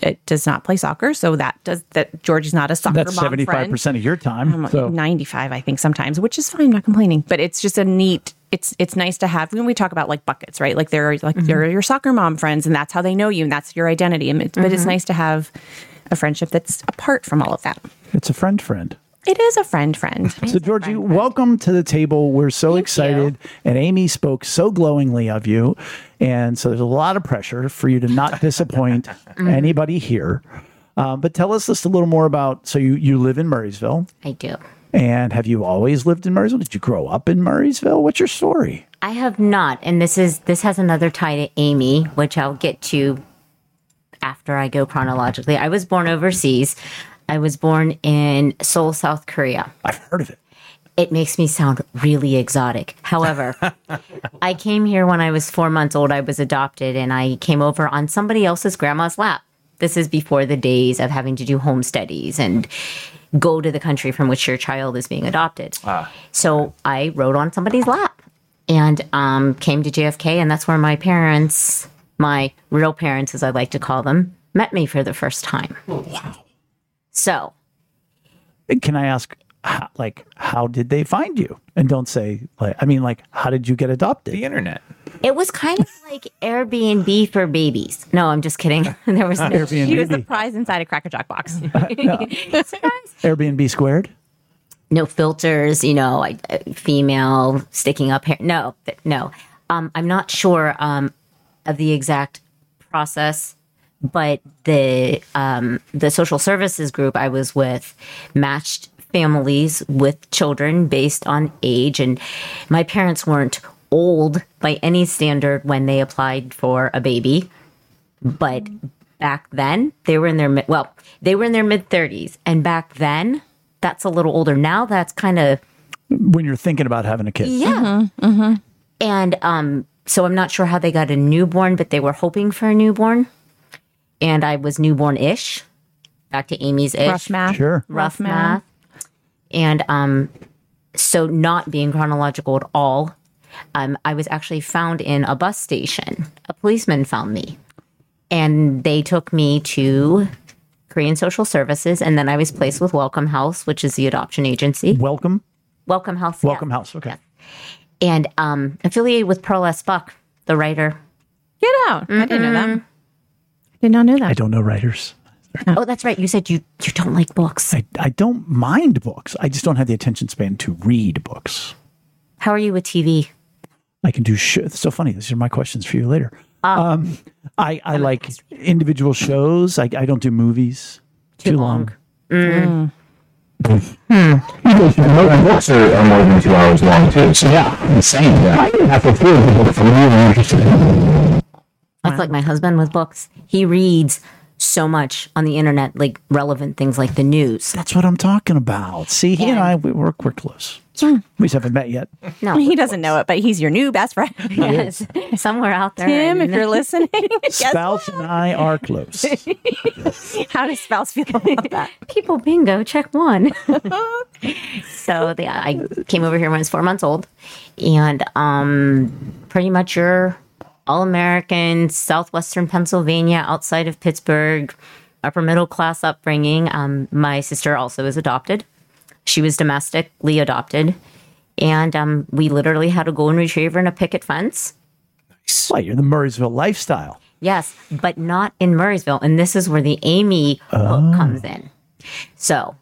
Speaker 2: it does not play soccer so that does that george is not a soccer
Speaker 3: That's
Speaker 2: mom
Speaker 3: seventy five
Speaker 2: friend.
Speaker 3: percent of your time.
Speaker 2: I'm
Speaker 3: So
Speaker 2: 95 i think sometimes which is fine I'm not complaining but it's just a neat it's it's nice to have when we talk about like buckets right like there are like
Speaker 3: Mm-hmm.
Speaker 2: there are your soccer mom friends and that's how they know you and that's your identity and it's,
Speaker 3: Mm-hmm.
Speaker 2: but it's nice to have a friendship that's apart from all of that
Speaker 3: it's a friend friend.
Speaker 2: it is a friend friend.
Speaker 3: So, Georgie, welcome to the table. We're so excited. And Amy spoke so glowingly of you. And so, there's a lot of pressure for you
Speaker 2: *laughs*
Speaker 3: to not disappoint
Speaker 2: Mm-hmm.
Speaker 3: anybody here. Um, but tell us just a little more about so, you, you live in Murraysville.
Speaker 1: I do.
Speaker 3: And have you always lived in Murraysville? Did you grow up in Murraysville? What's your story?
Speaker 1: I have not, and this is this has another tie to Amy, which I'll get to after I go chronologically. I was born overseas. I was born in Seoul, South Korea.
Speaker 3: I've heard of it.
Speaker 1: It makes me sound really exotic. However, I came here when I was four months old. I was adopted and I came over on somebody else's grandma's lap. This is before the days of having to do home studies and go to the country from which your child is being adopted. So I rode on somebody's lap and um, came to JFK, and that's where my parents, my real parents, as I like to call them, met me for the first time. Wow. So
Speaker 3: Can I ask, how, like, how did they find you? And don't say, like, I mean, like, how did you get adopted?
Speaker 4: The internet.
Speaker 1: It was kind of like Airbnb for babies. No, I'm just kidding. *laughs* There was no
Speaker 3: *laughs*
Speaker 2: She was the
Speaker 3: Airbnb,
Speaker 2: prize inside a Cracker Jack box.
Speaker 3: Oh, Airbnb squared.
Speaker 1: no filters, you know, I, uh, female sticking up hair. No, th- no. Um, I'm not sure um, of the exact process, but the um, the social services group I was with matched families with children based on age, and my parents weren't old by any standard when they applied for a baby, but back then they were in their mid well they were in their mid 30s and back then that's a little older now that's kind of
Speaker 3: When you're thinking about having a kid.
Speaker 1: yeah Mm-hmm. and um so i'm not sure how they got a newborn but they were hoping for a newborn and i was newborn-ish back to amy's ish
Speaker 2: Rough math.
Speaker 3: Sure.
Speaker 1: rough math. And um, so not being chronological at all, um, I was actually found in a bus station. A policeman found me, and they took me to Korean Social Services, and then I was placed with Welcome House, which is the adoption agency.
Speaker 3: Welcome.
Speaker 1: Welcome House. yeah.
Speaker 3: Welcome House. Okay.
Speaker 1: And um, affiliated with Pearl S. Buck, the writer.
Speaker 2: Get out. I didn't know that. I did not know
Speaker 3: I
Speaker 2: that.
Speaker 3: don't know writers.
Speaker 1: Oh, that's right. You said you you don't like books.
Speaker 3: I, I don't mind books. I just don't have the attention span to read books.
Speaker 1: How are you with TV?
Speaker 3: I can do sh- it's so funny. These are my questions for you later. um, I, I like individual shows. I, I don't do movies too, long.
Speaker 5: Because Mm. Hmm. you know, and books are, are more than two hours long too. So yeah, insane. Yeah. I can have a few of the book for me. I'm interested in.
Speaker 1: That's like my husband with books. He reads so much on the internet, like relevant things like the news.
Speaker 3: That's what I'm talking about. See, he and I, we, we're, we're *laughs* close.
Speaker 1: Yeah.
Speaker 3: We just haven't met yet. *laughs*
Speaker 1: No,
Speaker 2: *laughs* He doesn't know it, but he's your new best friend.
Speaker 1: Yes, somewhere out there.
Speaker 2: Tim,
Speaker 1: and-
Speaker 2: if you're listening, *laughs* guess
Speaker 3: Spouse and I are *laughs* close.
Speaker 2: how does spouse feel about that?
Speaker 1: people bingo check one so the, i came over here when i was four months old and um, pretty much your all-american southwestern pennsylvania outside of pittsburgh upper middle class upbringing um, my sister also is adopted she was domestically adopted and um, we literally had a golden retriever and a picket fence
Speaker 3: Why, you're the Murraysville lifestyle.
Speaker 1: Yes, but not in Murraysville. And this is where the Amy
Speaker 4: Oh.
Speaker 1: hook comes in. So,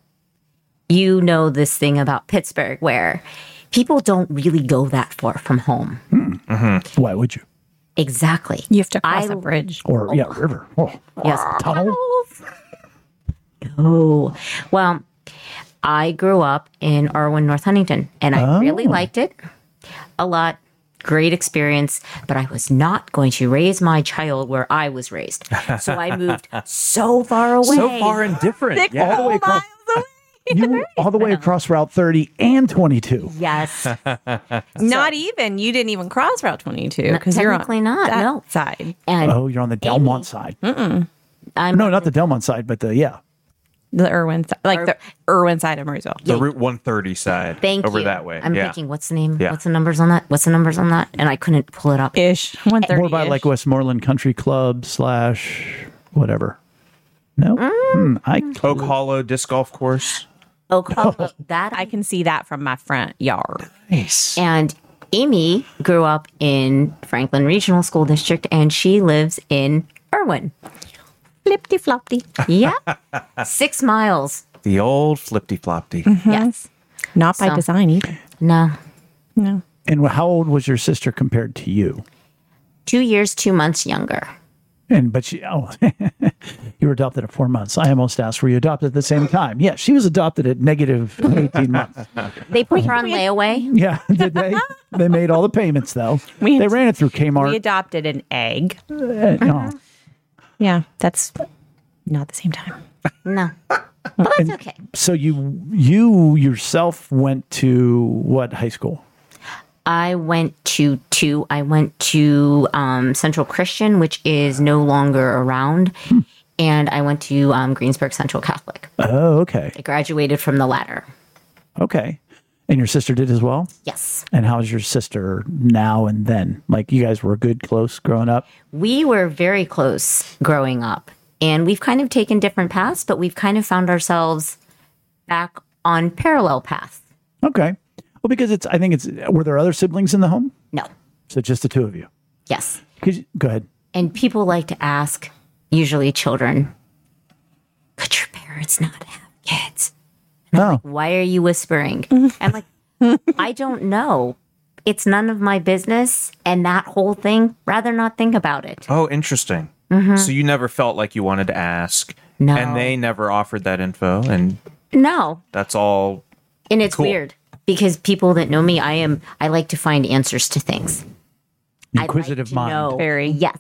Speaker 1: you know this thing about Pittsburgh where people don't really go that far from home.
Speaker 3: Why would you?
Speaker 1: Exactly.
Speaker 2: You have to
Speaker 1: cross
Speaker 2: cross
Speaker 1: a
Speaker 2: a bridge.
Speaker 3: Or, yeah, river. *laughs* Oh,
Speaker 1: Yes.
Speaker 3: tunnel.
Speaker 1: Oh, well, I grew up in Irwin, North Huntington, and I really
Speaker 4: Oh.
Speaker 1: liked it a lot. Great experience, but I was not going to raise my child where I was raised. So I
Speaker 4: *laughs*
Speaker 1: moved so far away.
Speaker 4: So far and different. Yeah.
Speaker 3: All the way across. *laughs* You were all the way across Route 30 and 22. *laughs*
Speaker 1: Yes.
Speaker 2: Not even. You didn't even cross Route 22 because you're on
Speaker 1: technically not,
Speaker 2: that
Speaker 1: no.
Speaker 2: side.
Speaker 1: And
Speaker 3: Oh, you're on the Delmont side.
Speaker 1: I'm
Speaker 3: No, not the Delmont side, but the, yeah.
Speaker 2: The Irwin side, like the Irwin side of Murraysville.
Speaker 4: The Route 130 side.
Speaker 1: Thank
Speaker 4: over
Speaker 1: you.
Speaker 4: that way.
Speaker 1: I'm
Speaker 4: yeah.
Speaker 1: thinking, what's the name?
Speaker 4: Yeah.
Speaker 1: What's the numbers on that? What's the numbers on that? And I couldn't pull it up.
Speaker 2: Ish. 130.
Speaker 3: More by like Westmoreland Country Club slash whatever. No?
Speaker 2: Mm.
Speaker 3: Hmm, I
Speaker 4: Oak Hollow disc golf course.
Speaker 1: Oh, Colorado, that
Speaker 2: I
Speaker 1: I
Speaker 2: can see that from my front yard.
Speaker 1: and Amy grew up in Franklin Regional School District, and she lives in Irwin.
Speaker 2: Flippity floppity.
Speaker 1: Yeah,
Speaker 4: *laughs*
Speaker 1: six miles.
Speaker 4: The old flipty flopty.
Speaker 3: Mm-hmm.
Speaker 1: Yes.
Speaker 2: Not by
Speaker 1: So-
Speaker 2: design either.
Speaker 1: No,
Speaker 2: No.
Speaker 3: And how old was your sister compared to you?
Speaker 1: two years, two months younger.
Speaker 3: And but she oh *laughs* you were adopted at four months. I almost asked were you adopted at the same time? Yeah, she was adopted at negative eighteen months.
Speaker 2: *laughs*
Speaker 1: They put her on layaway.
Speaker 3: Yeah, *laughs* did they? They made all the payments though.
Speaker 2: We-
Speaker 3: they ran it through Kmart.
Speaker 2: We Uh-huh. adopted an egg.
Speaker 3: Uh, no.
Speaker 2: Yeah, that's not the same time.
Speaker 1: No, but that's okay.
Speaker 3: So you you yourself went to what high school?
Speaker 1: I went to two. I went to um, Central Christian, which is no longer around, and I went to um, Greensburg Central Catholic.
Speaker 3: Oh, okay,
Speaker 1: I graduated from the latter.
Speaker 3: okay. And your sister did as well.
Speaker 1: Yes,
Speaker 3: And how's your sister now and then? Like you guys were good, close growing up.
Speaker 1: we were very close growing up, and we've kind of taken different paths, but we've kind of found ourselves back on parallel paths.
Speaker 3: Okay. Well, because it's I think it's were there other siblings in the home?
Speaker 1: No,
Speaker 3: So just the two of you.
Speaker 1: yes,
Speaker 3: Could you-
Speaker 2: *laughs*
Speaker 3: go ahead.
Speaker 1: and people like to ask, usually children, could your parents not have kids?
Speaker 3: No.
Speaker 1: why are you whispering? I'm like, I don't know. It's none of my business. And that whole thing, rather not think about it.
Speaker 4: Oh, interesting.
Speaker 3: Mm-hmm.
Speaker 4: So you never felt like you wanted to ask.
Speaker 1: No.
Speaker 4: And they never offered that info. And
Speaker 1: No.
Speaker 4: that's all.
Speaker 1: And it's
Speaker 4: Cool.
Speaker 1: weird because people that know me, I am, I like to find answers to things. I'd like
Speaker 3: Inquisitive
Speaker 1: to
Speaker 3: mind.
Speaker 1: know-
Speaker 2: Very.
Speaker 1: Yes.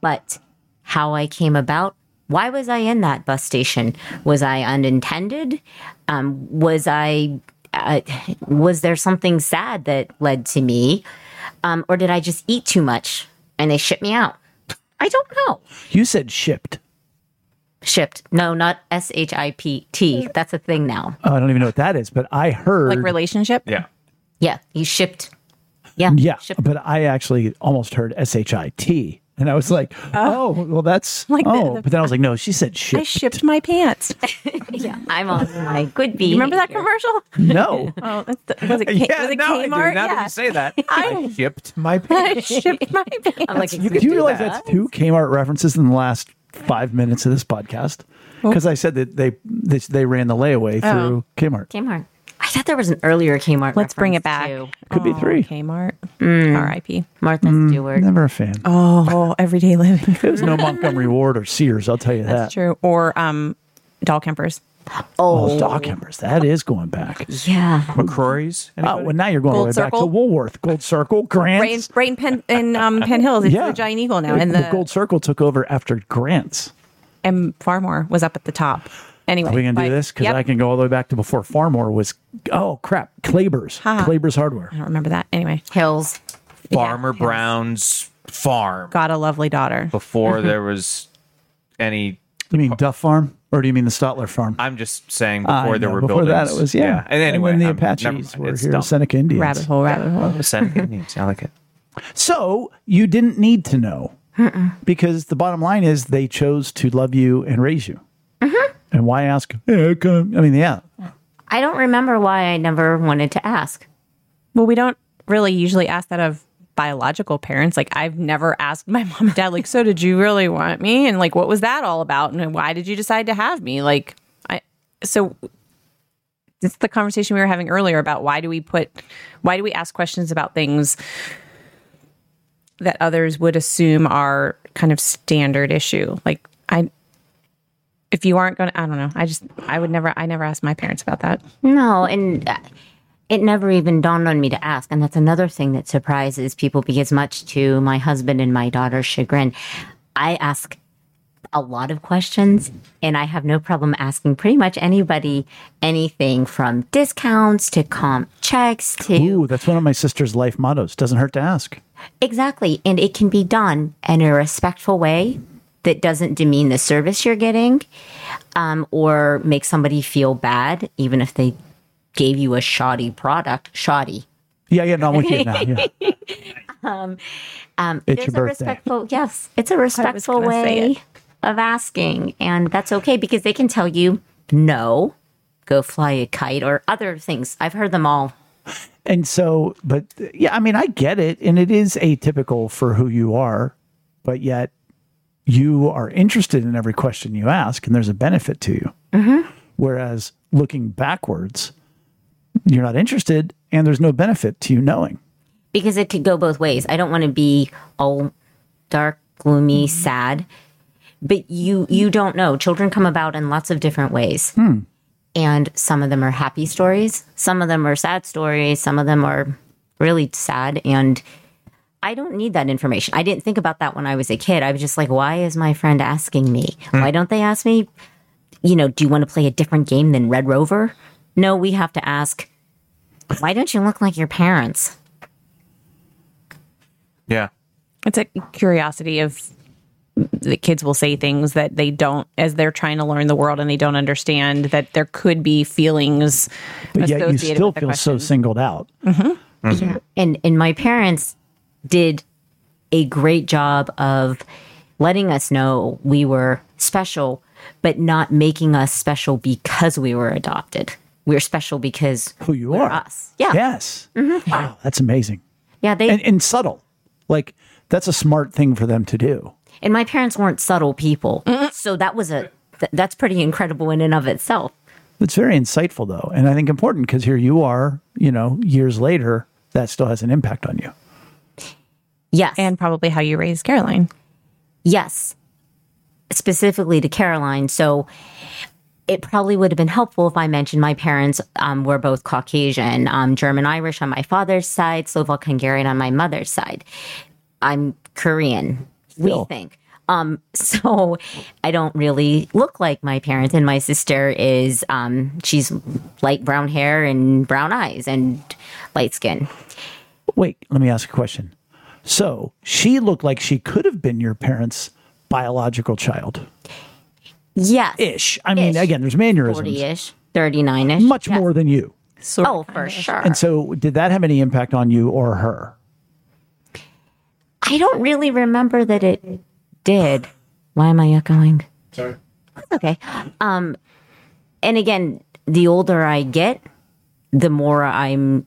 Speaker 1: But how I came about, why was I in that bus station? Was I unintended? Um, was I, uh, was there something sad that led to me? Um, or did I just eat too much and they shipped me out? I don't know.
Speaker 3: You said shipped.
Speaker 1: Shipped. No, not S H I P T. That's a thing now.
Speaker 3: Oh, I don't even know what that is, but I heard.
Speaker 2: Like relationship?
Speaker 4: Yeah.
Speaker 1: Yeah. You shipped. Yeah.
Speaker 3: yeah,
Speaker 1: Shipped.
Speaker 3: but I actually almost heard S H I T, and I was like, oh, well, that's
Speaker 2: *laughs* Like the-
Speaker 3: oh.
Speaker 2: the-
Speaker 3: but then I was like, no, she said
Speaker 2: I
Speaker 3: shipped.
Speaker 2: shipped my
Speaker 3: *laughs*
Speaker 2: pants.
Speaker 1: Yeah. I'm on my good beat.
Speaker 2: You remember that commercial? *laughs*
Speaker 3: no, *laughs*
Speaker 2: Oh, that's the- was it, K- was it Kmart?
Speaker 4: Now that
Speaker 2: yeah.
Speaker 4: you say that, I shipped my
Speaker 2: *laughs* I shipped
Speaker 3: *laughs*
Speaker 2: my pants.
Speaker 1: I'm like,
Speaker 3: do you realize that's two Kmart references in the last five minutes of this podcast? Because I said that they, they they ran the layaway
Speaker 2: Oh.
Speaker 3: through Kmart.
Speaker 1: Kmart. I thought there was an earlier Kmart.
Speaker 2: Let's bring it back.
Speaker 1: reference,
Speaker 3: Could be
Speaker 2: Oh,
Speaker 3: three. Mm.
Speaker 2: Kmart. R.I.P.
Speaker 1: too. Martha Stewart.
Speaker 3: Never a fan.
Speaker 2: Oh, everyday living.
Speaker 3: It was no Montgomery Ward or Sears. I'll tell you
Speaker 2: That's
Speaker 3: that.
Speaker 2: true. Or um, doll campers.
Speaker 3: Oh, stock embers. That is going back.
Speaker 1: Yeah.
Speaker 4: McCrory's.
Speaker 3: Oh, well, now you're going all
Speaker 2: Gold
Speaker 3: the way back to
Speaker 2: Circle?
Speaker 3: Woolworth, Gold Circle, Grants.
Speaker 2: Right, in- right in Penn in um, Penn Hills. It's
Speaker 3: Yeah.
Speaker 2: the Giant Eagle now. And
Speaker 3: the,
Speaker 2: the,
Speaker 3: Gold Circle took over after Grants.
Speaker 2: and Farmore was up at the top. Anyway,
Speaker 3: Are we going to do
Speaker 2: but-
Speaker 3: this? Because
Speaker 2: yep.
Speaker 3: I can go all the way back to before Farmore was, oh crap, Claber's.
Speaker 2: Ha.
Speaker 3: Claber's Hardware.
Speaker 2: I don't remember that. Anyway,
Speaker 1: Hills.
Speaker 4: Farmer Brown's farm
Speaker 2: got a lovely daughter.
Speaker 3: Mm-hmm.
Speaker 4: before there was any.
Speaker 3: You mean Duff Farm? Or do you mean the Stotler Farm?
Speaker 4: I'm just saying
Speaker 3: Uh, I
Speaker 4: before there
Speaker 3: know.
Speaker 4: were
Speaker 3: Before
Speaker 4: buildings.
Speaker 3: that, it was, yeah.
Speaker 4: And anyway,
Speaker 3: then the
Speaker 4: I'm-
Speaker 3: Apaches
Speaker 4: never mind.
Speaker 3: were
Speaker 4: It's
Speaker 3: here,
Speaker 4: dumb.
Speaker 3: Seneca Indians.
Speaker 2: Rabbit hole, rabbit hole.
Speaker 4: Seneca Indians. I like it.
Speaker 3: So you didn't need to know because the bottom line is they chose to love you and raise you.
Speaker 2: Mm-hmm.
Speaker 3: And why ask? "Hey, how come?" I mean, yeah.
Speaker 1: I don't remember why I never wanted to ask.
Speaker 2: Well, we don't really usually ask that of biological parents. Like, I've never asked my *laughs* mom and dad, like, so did you really want me? And like, what was that all about? And why did you decide to have me? Like, I, so it's the conversation we were having earlier about why do we put, why do we ask questions about things that others would assume are kind of standard issue? Like, I, if you aren't going to, I don't know. I just, I would never, I never asked my parents about that.
Speaker 1: No, and uh, it never even dawned on me to ask. And that's another thing that surprises people because, much to my husband and my daughter's chagrin, I ask a lot of questions and I have no problem asking pretty much anybody anything from discounts to comp checks to
Speaker 3: Ooh, that's one of my sister's life mottos. Doesn't hurt to ask.
Speaker 1: Exactly. And it can be done in a respectful way that doesn't demean the service you're getting um, or make somebody feel bad, even if they gave you a shoddy product. Shoddy.
Speaker 3: Yeah, yeah, no, I'm with you now.
Speaker 2: *laughs*
Speaker 3: Yeah.
Speaker 1: Um,
Speaker 3: It's
Speaker 1: there's
Speaker 3: your
Speaker 1: a
Speaker 3: birthday.
Speaker 1: respectful, yes, it's a respectful
Speaker 2: gonna say
Speaker 1: way of asking. And that's okay because they can tell you no, go fly a kite or other things. I've heard them all.
Speaker 3: And so, but yeah, I mean, I get it. And it is atypical for who you are, but yet you are interested in every question you ask and there's a benefit to you.
Speaker 2: Mm-hmm.
Speaker 3: Whereas looking backwards, you're not interested and there's no benefit to you knowing.
Speaker 1: because it could go both ways. I don't want to be all dark, gloomy, sad, but you you don't know. Children come about in lots of different ways, and some of them are happy stories, some of them are sad stories, some of them are really sad and. I don't need that information. I didn't think about that when I was a kid. I was just like, why is my friend asking me? Why don't they ask me, you know, do you want to play a different game than Red Rover? No, we have to ask, why don't you look like your parents?
Speaker 4: Yeah.
Speaker 2: it's a curiosity of the kids will say things that they don't as they're trying to learn the world and they don't understand that there could be feelings
Speaker 3: But yet you
Speaker 2: associated
Speaker 3: still
Speaker 2: with the
Speaker 3: feel so
Speaker 2: question.
Speaker 3: singled out.
Speaker 1: and and my parents did a great job of letting us know we were special but not making us special because we were adopted we were special because
Speaker 3: Who you
Speaker 1: we're
Speaker 3: are.
Speaker 1: us yeah yeah,
Speaker 3: Yes.
Speaker 2: Mm-hmm.
Speaker 3: Wow, that's amazing.
Speaker 1: they
Speaker 3: And, and subtle. Like, that's a smart thing for them to do.
Speaker 1: and my parents weren't subtle people so that was a th- that's pretty incredible in and of itself
Speaker 3: It's very insightful, though, and I think important because here you are, you know, years later, that still has an impact on you.
Speaker 1: yes
Speaker 2: and probably how you raised Caroline.
Speaker 1: Yes, specifically to Caroline. So it probably would have been helpful if I mentioned my parents um, were both Caucasian, um, German Irish on my father's side, Slovak Hungarian on my mother's side. I'm Korean, we
Speaker 3: Still.
Speaker 1: think. Um, *laughs* so I don't really look like my parents, and my sister is um, she's light brown hair and brown eyes and light skin.
Speaker 3: Wait, let me ask a question. So she looked like she could have been your parents' biological child
Speaker 1: Yes,
Speaker 3: ish. I mean,
Speaker 1: Ish.
Speaker 3: again, there's mannerisms,
Speaker 1: forty ish, thirty nine ish,
Speaker 3: much more than you.
Speaker 2: Sort
Speaker 1: Oh, for sure.
Speaker 3: And so, did that have any impact on you or her?
Speaker 1: I don't really remember that it did. Why am I echoing? Sorry. Okay. Um, and again, the older I get, the more I'm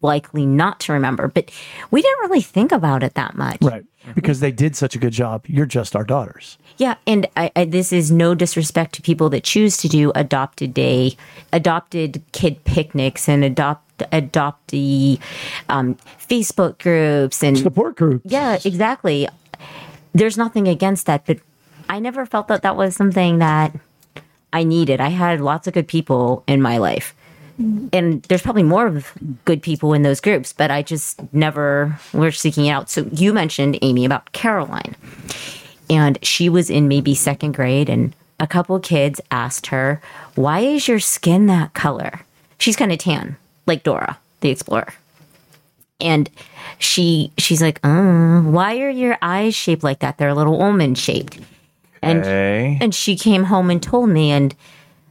Speaker 1: likely not to remember. But we didn't really think about it that much.
Speaker 3: Right. Because they did such a good job. You're just our daughters.
Speaker 1: Yeah, and I, I, this is no disrespect to people that choose to do adopted day, adopted kid picnics, and adopt adoptee um, Facebook groups and
Speaker 3: Support group.
Speaker 1: Yeah, exactly. There's nothing against that, but I never felt that that was something that I needed. I had lots of good people in my life. And there's probably more of good people in those groups, but I just never were seeking it out. So you mentioned Amy about Caroline. and she was in maybe second grade and a couple kids asked her why is your skin that color she's kind of tan like dora the explorer and she she's like oh why are your eyes shaped like that they're a little almond shaped and
Speaker 4: Hey.
Speaker 1: and she came home and told me and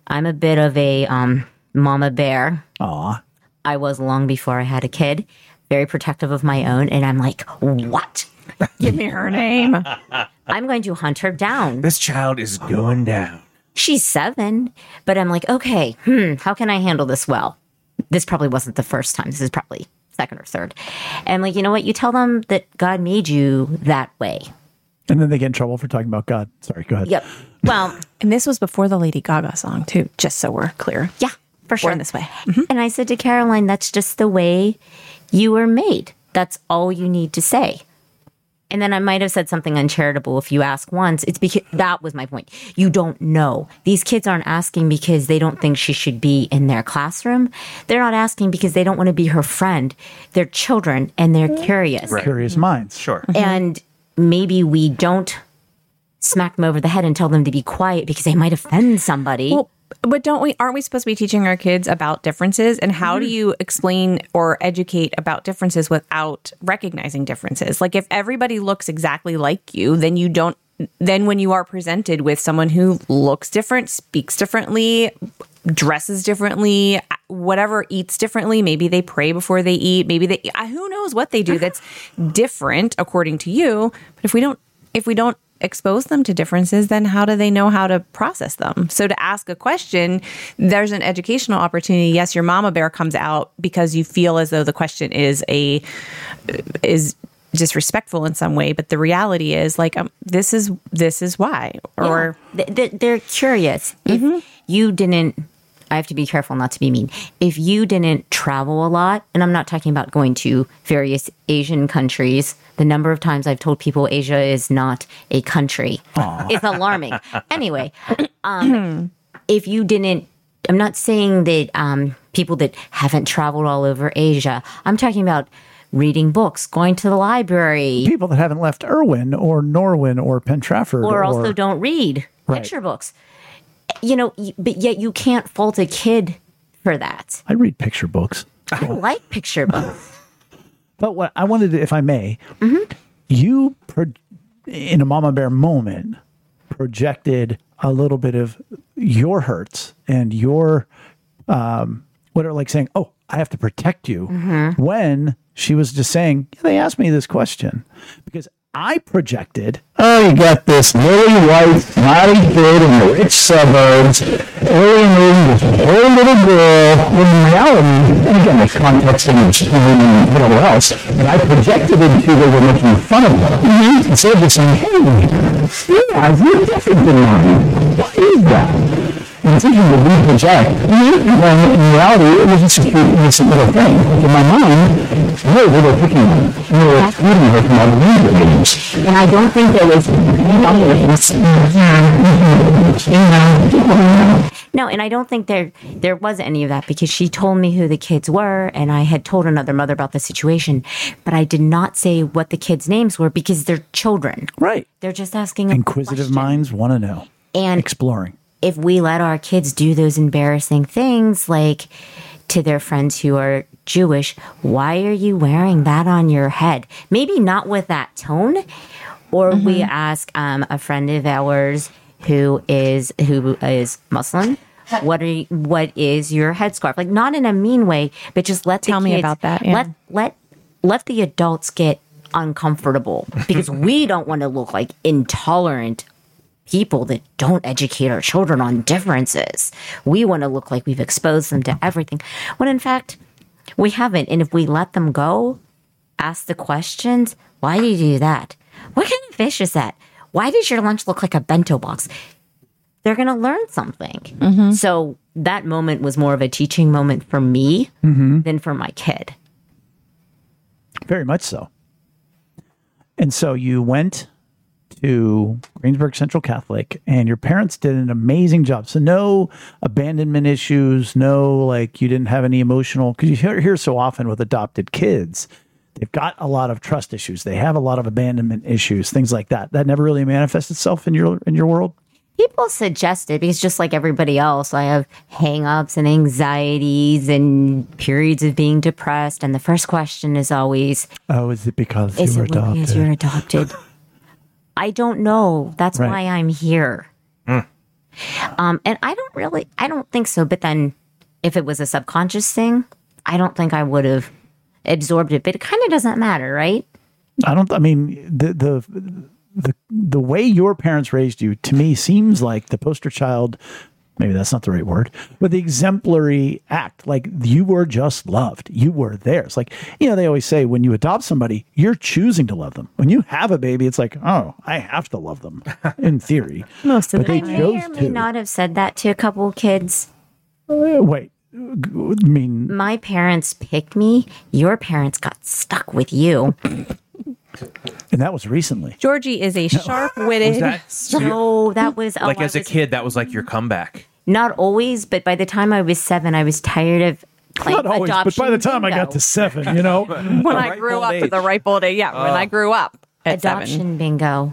Speaker 1: i'm a bit of a um, mama bear
Speaker 3: Aw.
Speaker 1: I was long before I had a kid, very protective of my own. And I'm like, what?
Speaker 2: Give me her name.
Speaker 1: I'm going to hunt her down.
Speaker 4: This child is going down.
Speaker 1: She's seven, but I'm like, okay, hmm, how can I handle this well? This probably wasn't the first time. This is probably second or third. And I'm like, you know what? You tell them that God made you that way.
Speaker 3: And then they get in trouble for talking about God. Sorry, go ahead.
Speaker 1: Yep. Well,
Speaker 2: And this was before the Lady Gaga song, too, just so we're clear.
Speaker 1: yeah, for sure.
Speaker 2: Born this way.
Speaker 1: And I said to Caroline, that's just the way you were made. That's all you need to say. And then I might have said something uncharitable if you ask once. It's because that was my point. You don't know. These kids aren't asking because they don't think she should be in their classroom. They're not asking because they don't want to be her friend. They're children and they're curious.
Speaker 3: Curious minds.
Speaker 4: Sure.
Speaker 1: And maybe we don't smack them over the head and tell them to be quiet because they might offend somebody.
Speaker 2: Well, but don't we? Aren't we supposed to be teaching our kids about differences? And how do you explain or educate about differences without recognizing differences? Like if everybody looks exactly like you, then you don't. Then when you are presented with someone who looks different, speaks differently, dresses differently, whatever, eats differently, maybe they pray before they eat, maybe they I- who knows what they
Speaker 1: *laughs*
Speaker 2: do that's different according to you. But if we don't if we don't expose them to differences, then how do they know how to process them? So to ask a question, there's an educational opportunity. Yes, your mama bear comes out because you feel as though the question is a is disrespectful in some way, but the reality is like um, this is this is why or
Speaker 1: Th- th- they're curious. If you didn't, I have to be careful not to be mean. If you didn't travel a lot, and I'm not talking about going to various Asian countries, the number of times I've told people Asia is not a country is alarming. anyway, um, if you didn't, I'm not saying that um, people that haven't traveled all over Asia, I'm talking about reading books, going to the library,
Speaker 3: People that haven't left Irwin or Norwin or Pentrafford
Speaker 1: or also don't read
Speaker 3: Right.
Speaker 1: picture books. You know, y- but yet you can't fault a kid for that.
Speaker 3: I read picture books.
Speaker 1: I like picture books.
Speaker 3: But what I wanted to, if I may, you pro- in a Mama Bear moment projected a little bit of your hurts and your, um, what are like saying, oh, I have to protect you. When she was just saying, yeah, they asked me this question because I projected
Speaker 5: Oh, you got this lily white, naughty kid in the rich suburbs, alienating this poor little girl, when in reality, and again, the context and the time and whatever else, but I projected into they were making fun of her. Instead of just saying, hey, yeah, you're different than mine. What is that? and thinking that we project, when in reality it was just a cute, innocent little thing. Like in my mind, no, they were picking on her. And they were excluding her from all the video games. And I don't think there was any violence. You know, people
Speaker 1: no, and I don't think there there was any of that because she told me who the kids were, and I had told another mother about the situation, but I did not say what the kids' names were because they're children.
Speaker 3: right.
Speaker 1: They're just asking a
Speaker 3: Inquisitive
Speaker 1: question.
Speaker 3: minds want to know,
Speaker 1: and
Speaker 3: exploring.
Speaker 1: if we let our kids do those embarrassing things like to their friends who are Jewish, why are you wearing that on your head? Maybe not with that tone. Or we
Speaker 2: Mm-hmm.
Speaker 1: ask um, a friend of ours who is who is Muslim, what are you, what is your headscarf? Like not in a mean way, but just let the
Speaker 2: Tell me
Speaker 1: kids-
Speaker 2: about that, yeah.
Speaker 1: Let let let the adults get uncomfortable because we don't want to look like intolerant people that don't educate our children on differences. We want to look like we've exposed them to everything, when in fact, we haven't. And if we let them go, ask the questions why do you do that? What kind of fish is that? Why does your lunch look like a bento box? They're going to learn something. So that moment was more of a teaching moment for me than for my kid.
Speaker 3: Very much so. And so you went to Greensburg Central Catholic, and your parents did an amazing job. So no abandonment issues, no like you didn't have any emotional because you hear, hear so often with adopted kids They've got a lot of trust issues. They have a lot of abandonment issues, things like that. That never really manifests itself in your in your world.
Speaker 1: people suggested because just like everybody else i have hang-ups and anxieties and periods of being depressed and the first question is always
Speaker 3: Oh, is it because
Speaker 1: is it when- because you're adopted i don't know that's
Speaker 3: Right. Hmm.
Speaker 1: why i'm here um, and i don't really i don't think so but then if it was a subconscious thing i don't think i would have absorbed it but it kind of doesn't matter right
Speaker 3: I don't. I mean, the the the the way your parents raised you to me seems like the poster child. Maybe that's not the right word, but the exemplary act. Like you were just loved. You were theirs. Like you know, they always say when you adopt somebody, you're choosing to love them. When you have a baby, it's like, oh, I have to love them. In theory, *laughs*
Speaker 1: most of
Speaker 3: But
Speaker 1: the
Speaker 3: they
Speaker 1: time i may or
Speaker 3: chose
Speaker 1: may
Speaker 3: to.
Speaker 1: not have said that to a couple of kids
Speaker 3: Uh, wait. I mean,
Speaker 1: my parents picked me. Your parents got stuck with you.
Speaker 3: and that was recently.
Speaker 2: Georgie
Speaker 3: *laughs*
Speaker 2: is a sharp-witted.
Speaker 1: So that was oh,
Speaker 4: like
Speaker 1: I
Speaker 4: as a
Speaker 1: was-
Speaker 4: kid, that was like your comeback.
Speaker 1: Not always, but by the time I was seven, I was tired of playing
Speaker 3: Not always, but
Speaker 1: adoption.
Speaker 3: by the time I got
Speaker 1: bingo.
Speaker 3: to seven, you
Speaker 1: *laughs*
Speaker 3: know,
Speaker 2: when
Speaker 4: Ripe
Speaker 2: I grew
Speaker 4: old
Speaker 2: up to
Speaker 4: age.
Speaker 2: the ripe old age. Yeah, when I grew up at
Speaker 1: adoption
Speaker 2: seven.
Speaker 1: bingo.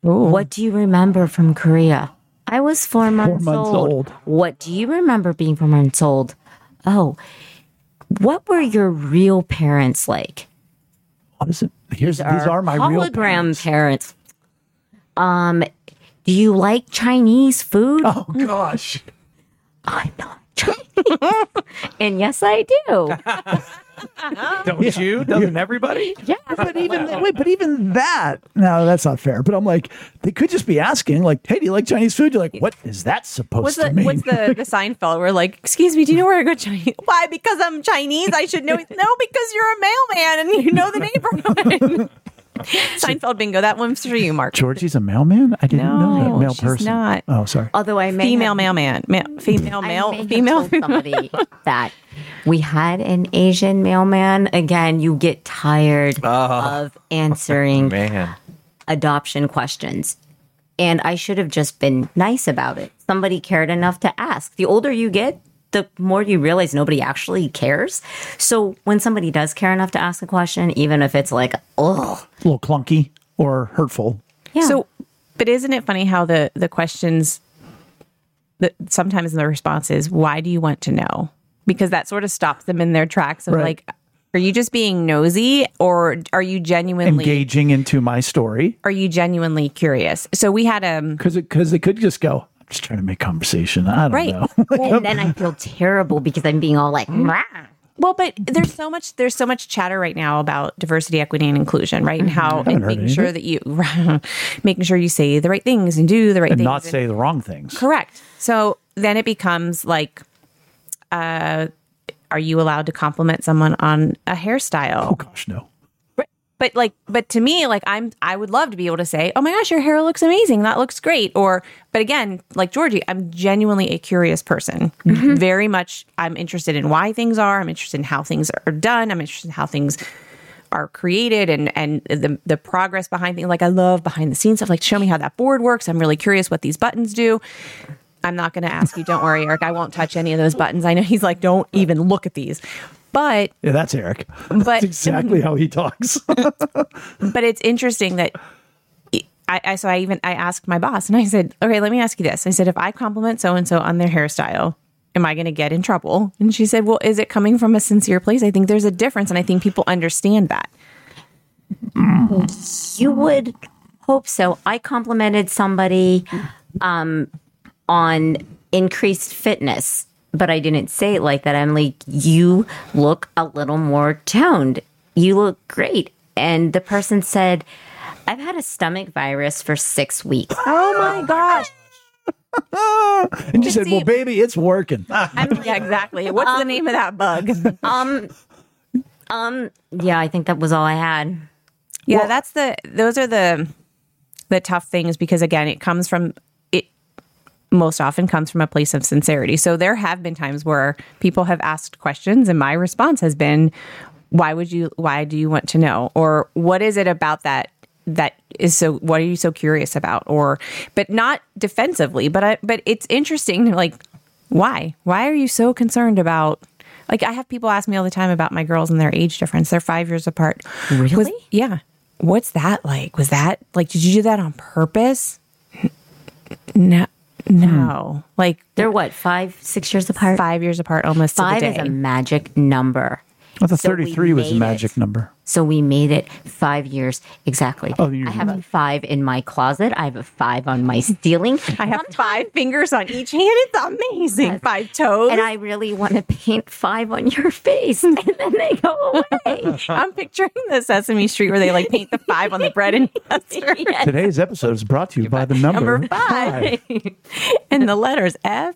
Speaker 1: What do you remember from Korea? I was four months,
Speaker 3: months
Speaker 1: old.
Speaker 3: old.
Speaker 1: What do you remember being four months old? Oh, what were your real parents like?
Speaker 3: what is it? Here's these are my real
Speaker 1: hologram parents. Um, do you like Chinese food?
Speaker 3: Oh gosh.
Speaker 1: I'm not Chinese. *laughs* and yes, I do.
Speaker 2: *laughs*
Speaker 4: Don't you? Doesn't everybody?
Speaker 1: Yeah.
Speaker 3: but even wait, but even that. No, that's not fair. But I'm like, they could just be asking, like, "Hey, do you like Chinese food?" You're like, "What is that supposed
Speaker 2: What's
Speaker 3: to
Speaker 2: the
Speaker 3: mean?"
Speaker 2: what's the the Seinfeld? We're like, excuse me, do you know where I go Chinese? *laughs* Why? Because I'm Chinese. I should know. it." no, because you're a mailman and you know the neighborhood. *laughs* Seinfeld bingo. That one's for you, Mark.
Speaker 3: Georgie's a mailman. I didn't know
Speaker 2: No,
Speaker 3: that. Male
Speaker 2: she's
Speaker 3: person.
Speaker 2: not. Uh,
Speaker 3: Oh, sorry.
Speaker 1: Although I may
Speaker 2: Female
Speaker 1: have,
Speaker 2: mailman, ma- female
Speaker 1: I may
Speaker 2: male,
Speaker 1: have
Speaker 2: female.
Speaker 1: told somebody that we had an Asian mailman. Again, you get tired of answering
Speaker 4: *laughs* Man,
Speaker 1: adoption questions. And I should have just been nice about it. Somebody cared enough to ask. The older you get, the more you realize nobody actually cares. So when somebody does care enough to ask a question, even if it's like, oh,
Speaker 3: A little clunky or hurtful.
Speaker 1: yeah.
Speaker 2: So, but isn't it funny how the the questions that sometimes the response is, "Why do you want to know?" Because that sort of stops them in their tracks of
Speaker 3: Right.
Speaker 2: like, "Are you just being nosy, or are you genuinely
Speaker 3: Engaging into my story
Speaker 2: are you genuinely curious?" So we had um
Speaker 3: because it because they could just go. I'm just trying to make conversation. I don't
Speaker 2: right.
Speaker 3: know.
Speaker 1: and then I feel terrible because I'm being all like, "Rah."
Speaker 2: Well, but there's so much there's so much chatter right now about diversity, equity, and inclusion, right? And how and
Speaker 3: Mm-hmm. heard
Speaker 2: making
Speaker 3: any of
Speaker 2: sure that you making sure you *laughs* say the right things and do the right
Speaker 3: and
Speaker 2: things.
Speaker 3: not
Speaker 2: and-
Speaker 3: say the wrong things.
Speaker 2: Correct. So then it becomes like, uh, are you allowed to compliment someone on a hairstyle?
Speaker 3: Oh gosh, no.
Speaker 2: But like, but to me, like I'm, I would love to be able to say, oh my gosh, your hair looks amazing. That looks great. Or, but again, like Georgie, I'm genuinely a curious person. Very much, I'm interested in why things are. I'm interested in how things are done. I'm interested in how things are created and and the the progress behind things. Like I love behind the scenes stuff. Like show me how that board works. I'm really curious what these buttons do. I'm not going to ask you. Don't worry, Eric. I won't touch any of those buttons. I know he's like, don't even look at these. But
Speaker 3: Yeah, that's Eric.
Speaker 2: But-
Speaker 3: that's exactly how
Speaker 2: *laughs*
Speaker 3: he talks.
Speaker 2: but it's interesting that I, I so I even I asked my boss and I said, okay, let me ask you this. I said, if I compliment so and so on their hairstyle, am I going to get in trouble? And she said, well, is it coming from a sincere place? I think there's a difference, and I think people understand that.
Speaker 1: you would hope so. I complimented somebody um, on increased fitness, but I didn't say it like that. I'm like, you look a little more toned. You look great. And the person said, I've had a stomach virus for six weeks.
Speaker 2: Oh my gosh!
Speaker 3: and she said, "Well, baby, it's working." Ah,
Speaker 2: I'm, yeah, exactly. What's the name of that *laughs* bug?
Speaker 1: Um, um, yeah, I think that was all I had.
Speaker 2: Yeah, that's the those are the the tough things because again, it comes from it most often comes from a place of sincerity. So there have been times where people have asked questions and my response has been why would you why do you want to know or what is it about that that is so what are you so curious about or but not defensively but I but it's interesting like why why are you so concerned about Like I have people ask me all the time about my girls and their age difference. They're five years apart.
Speaker 1: Really?
Speaker 2: Was- yeah. What's that like? Was that like? Did you do that on purpose? N- No, no. Like
Speaker 1: They're what five, six years apart.
Speaker 2: five years apart, almost
Speaker 1: Five
Speaker 2: to the
Speaker 1: is
Speaker 2: day.
Speaker 1: a magic number.
Speaker 3: I thought
Speaker 1: So we
Speaker 3: 33 was the
Speaker 1: made
Speaker 3: magic
Speaker 1: it.
Speaker 3: number.
Speaker 1: So we made it five years exactly.
Speaker 3: Oh, you-
Speaker 1: I have a five in my closet. I have a five on my
Speaker 3: *laughs*
Speaker 1: ceiling.
Speaker 2: I have five fingers on each hand. It's amazing. Five toes.
Speaker 1: and I really want to paint five on your face, *laughs* and then they go
Speaker 2: *laughs*
Speaker 1: away.
Speaker 2: I'm picturing the Sesame Street where they like paint the five on the bread *laughs* and mustard
Speaker 3: Today's episode is brought to you by the number,
Speaker 2: Number five. and the letters F.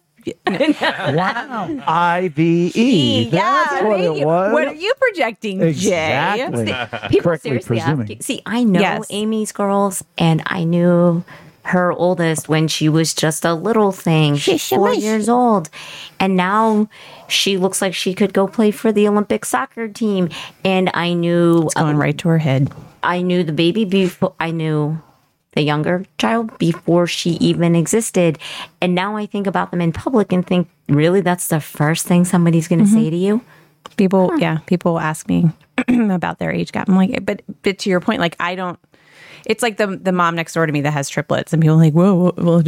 Speaker 3: Wow. I V E. That's
Speaker 2: Yeah,
Speaker 3: what
Speaker 2: thank
Speaker 3: it
Speaker 2: you.
Speaker 3: was.
Speaker 2: What are you projecting, Jay?
Speaker 3: Exactly.
Speaker 1: People
Speaker 3: Correctly
Speaker 1: seriously ask
Speaker 3: presuming.
Speaker 1: you. See, I know
Speaker 2: Yes.
Speaker 1: Amy's girls, and I knew her oldest when she was just a little thing, four years old, and now she looks like she could go play for the Olympic soccer team. And I knew
Speaker 2: Going right to her head.
Speaker 1: I knew the baby before I knew the younger child before she even existed. And now I think about them in public and think, really, that's the first thing somebody's going to say to you?
Speaker 2: People, yeah, people ask me *clears throat* about their age gap. I'm like, but but to your point, like I don't. It's like the the mom next door to me that has triplets, and people are like, whoa, well,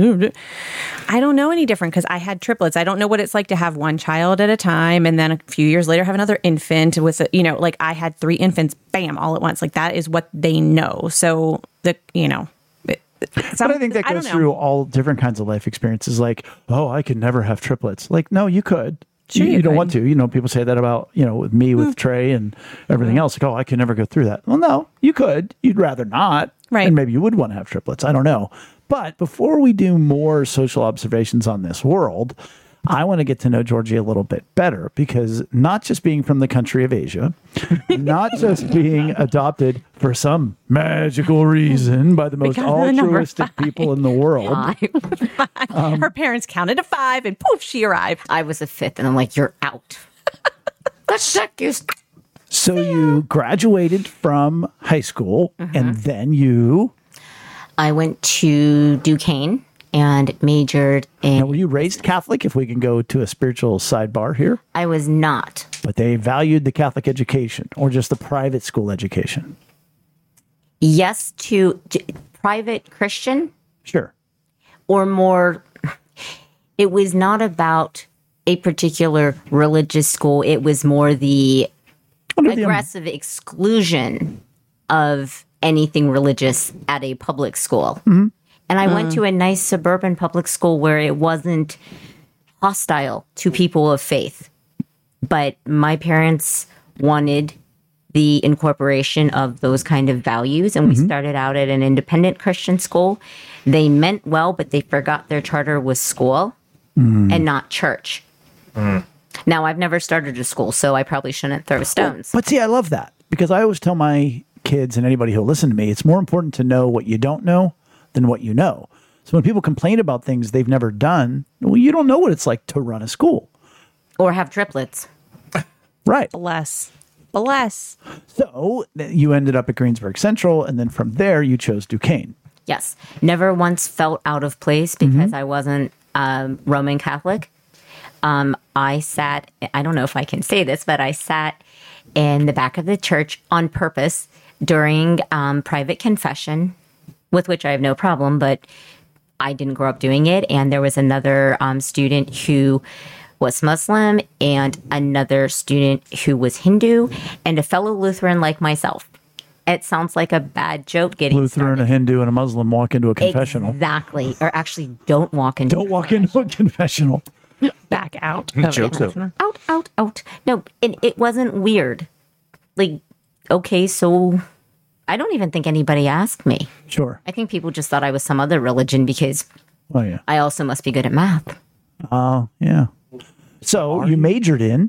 Speaker 2: I don't know any different because I had triplets. I don't know what it's like to have one child at a time, and then a few years later have another infant with a, you know, like I had three infants, bam, all at once. Like that is what they know. So the you know, it,
Speaker 3: But I think that goes through all different kinds of life experiences. Like, oh, I could never have triplets. Like, no, you could.
Speaker 2: Sure
Speaker 3: you,
Speaker 2: you
Speaker 3: don't
Speaker 2: could. Hmm.
Speaker 3: want to. You know, people say that about you know with me with Trey and everything else. Like, oh, I could never go through that. Well, no, you could. You'd rather not.
Speaker 2: Right.
Speaker 3: And maybe you would want to have triplets. I don't know. But before we do more social observations on this world, I want to get to know Georgie a little bit better because not just being from the country
Speaker 2: *laughs*
Speaker 3: of Asia, not just being adopted for some magical
Speaker 2: *laughs*
Speaker 3: reason by the most
Speaker 2: got the number
Speaker 3: altruistic
Speaker 2: *laughs*
Speaker 3: people in the world. um,
Speaker 2: her parents counted to five, and poof, she arrived.
Speaker 1: I was a fifth, and I'm like, you're out. *laughs* That's check you.
Speaker 3: So you graduated from high school
Speaker 2: Mm-hmm.
Speaker 3: and then you
Speaker 1: I went to Duquesne and majored in.
Speaker 3: now were you raised Catholic if we can go to a spiritual sidebar here?
Speaker 1: I was not.
Speaker 3: But they valued the Catholic education or just the private school education.
Speaker 1: Yes to j- private Christian,
Speaker 3: Sure.
Speaker 1: or more it was not about a particular religious school it was more the
Speaker 3: Under the- um,
Speaker 1: aggressive exclusion of anything religious at a public school
Speaker 3: Mm-hmm.
Speaker 1: and i
Speaker 3: Mm.
Speaker 1: went to a nice suburban public school where it wasn't hostile to people of faith but my parents wanted the incorporation of those kind of values and
Speaker 3: Mm-hmm.
Speaker 1: we started out at an independent christian school they meant well but they forgot their charter was school
Speaker 3: Mm.
Speaker 1: and not church now i've never started a school so i probably shouldn't throw stones
Speaker 3: But see, I love that because I always tell my kids and anybody who'll listen to me, it's more important to know what you don't know than what you know. So when people complain about things they've never done, well, you don't know what it's like to run a school.
Speaker 1: or have triplets
Speaker 3: Right.
Speaker 2: Bless, bless.
Speaker 3: So th- you ended up at Greensburg Central, and then from there you chose Duquesne.
Speaker 1: yes never once felt out of place because i wasn't um, roman catholic um, i sat i don't know if i can say this but i sat in the back of the church on purpose during um, private confession with which i have no problem but I didn't grow up doing it. And there was another um, student who was Muslim and another student who was Hindu and a fellow Lutheran like myself. It sounds like a bad joke getting
Speaker 3: Lutheran, a Hindu, and a Muslim walk into a confessional.
Speaker 1: Exactly. Or actually don't walk into
Speaker 3: Don't walk into a confessional.
Speaker 2: Back out.
Speaker 4: Joke's over.
Speaker 1: out, out, out. No, and it wasn't weird. Like, okay, so I don't even think anybody asked me.
Speaker 3: Sure.
Speaker 1: I think people just thought I was some other religion because
Speaker 3: Oh yeah.
Speaker 1: I also must be good at math.
Speaker 3: Yeah. So you majored *laughs* in.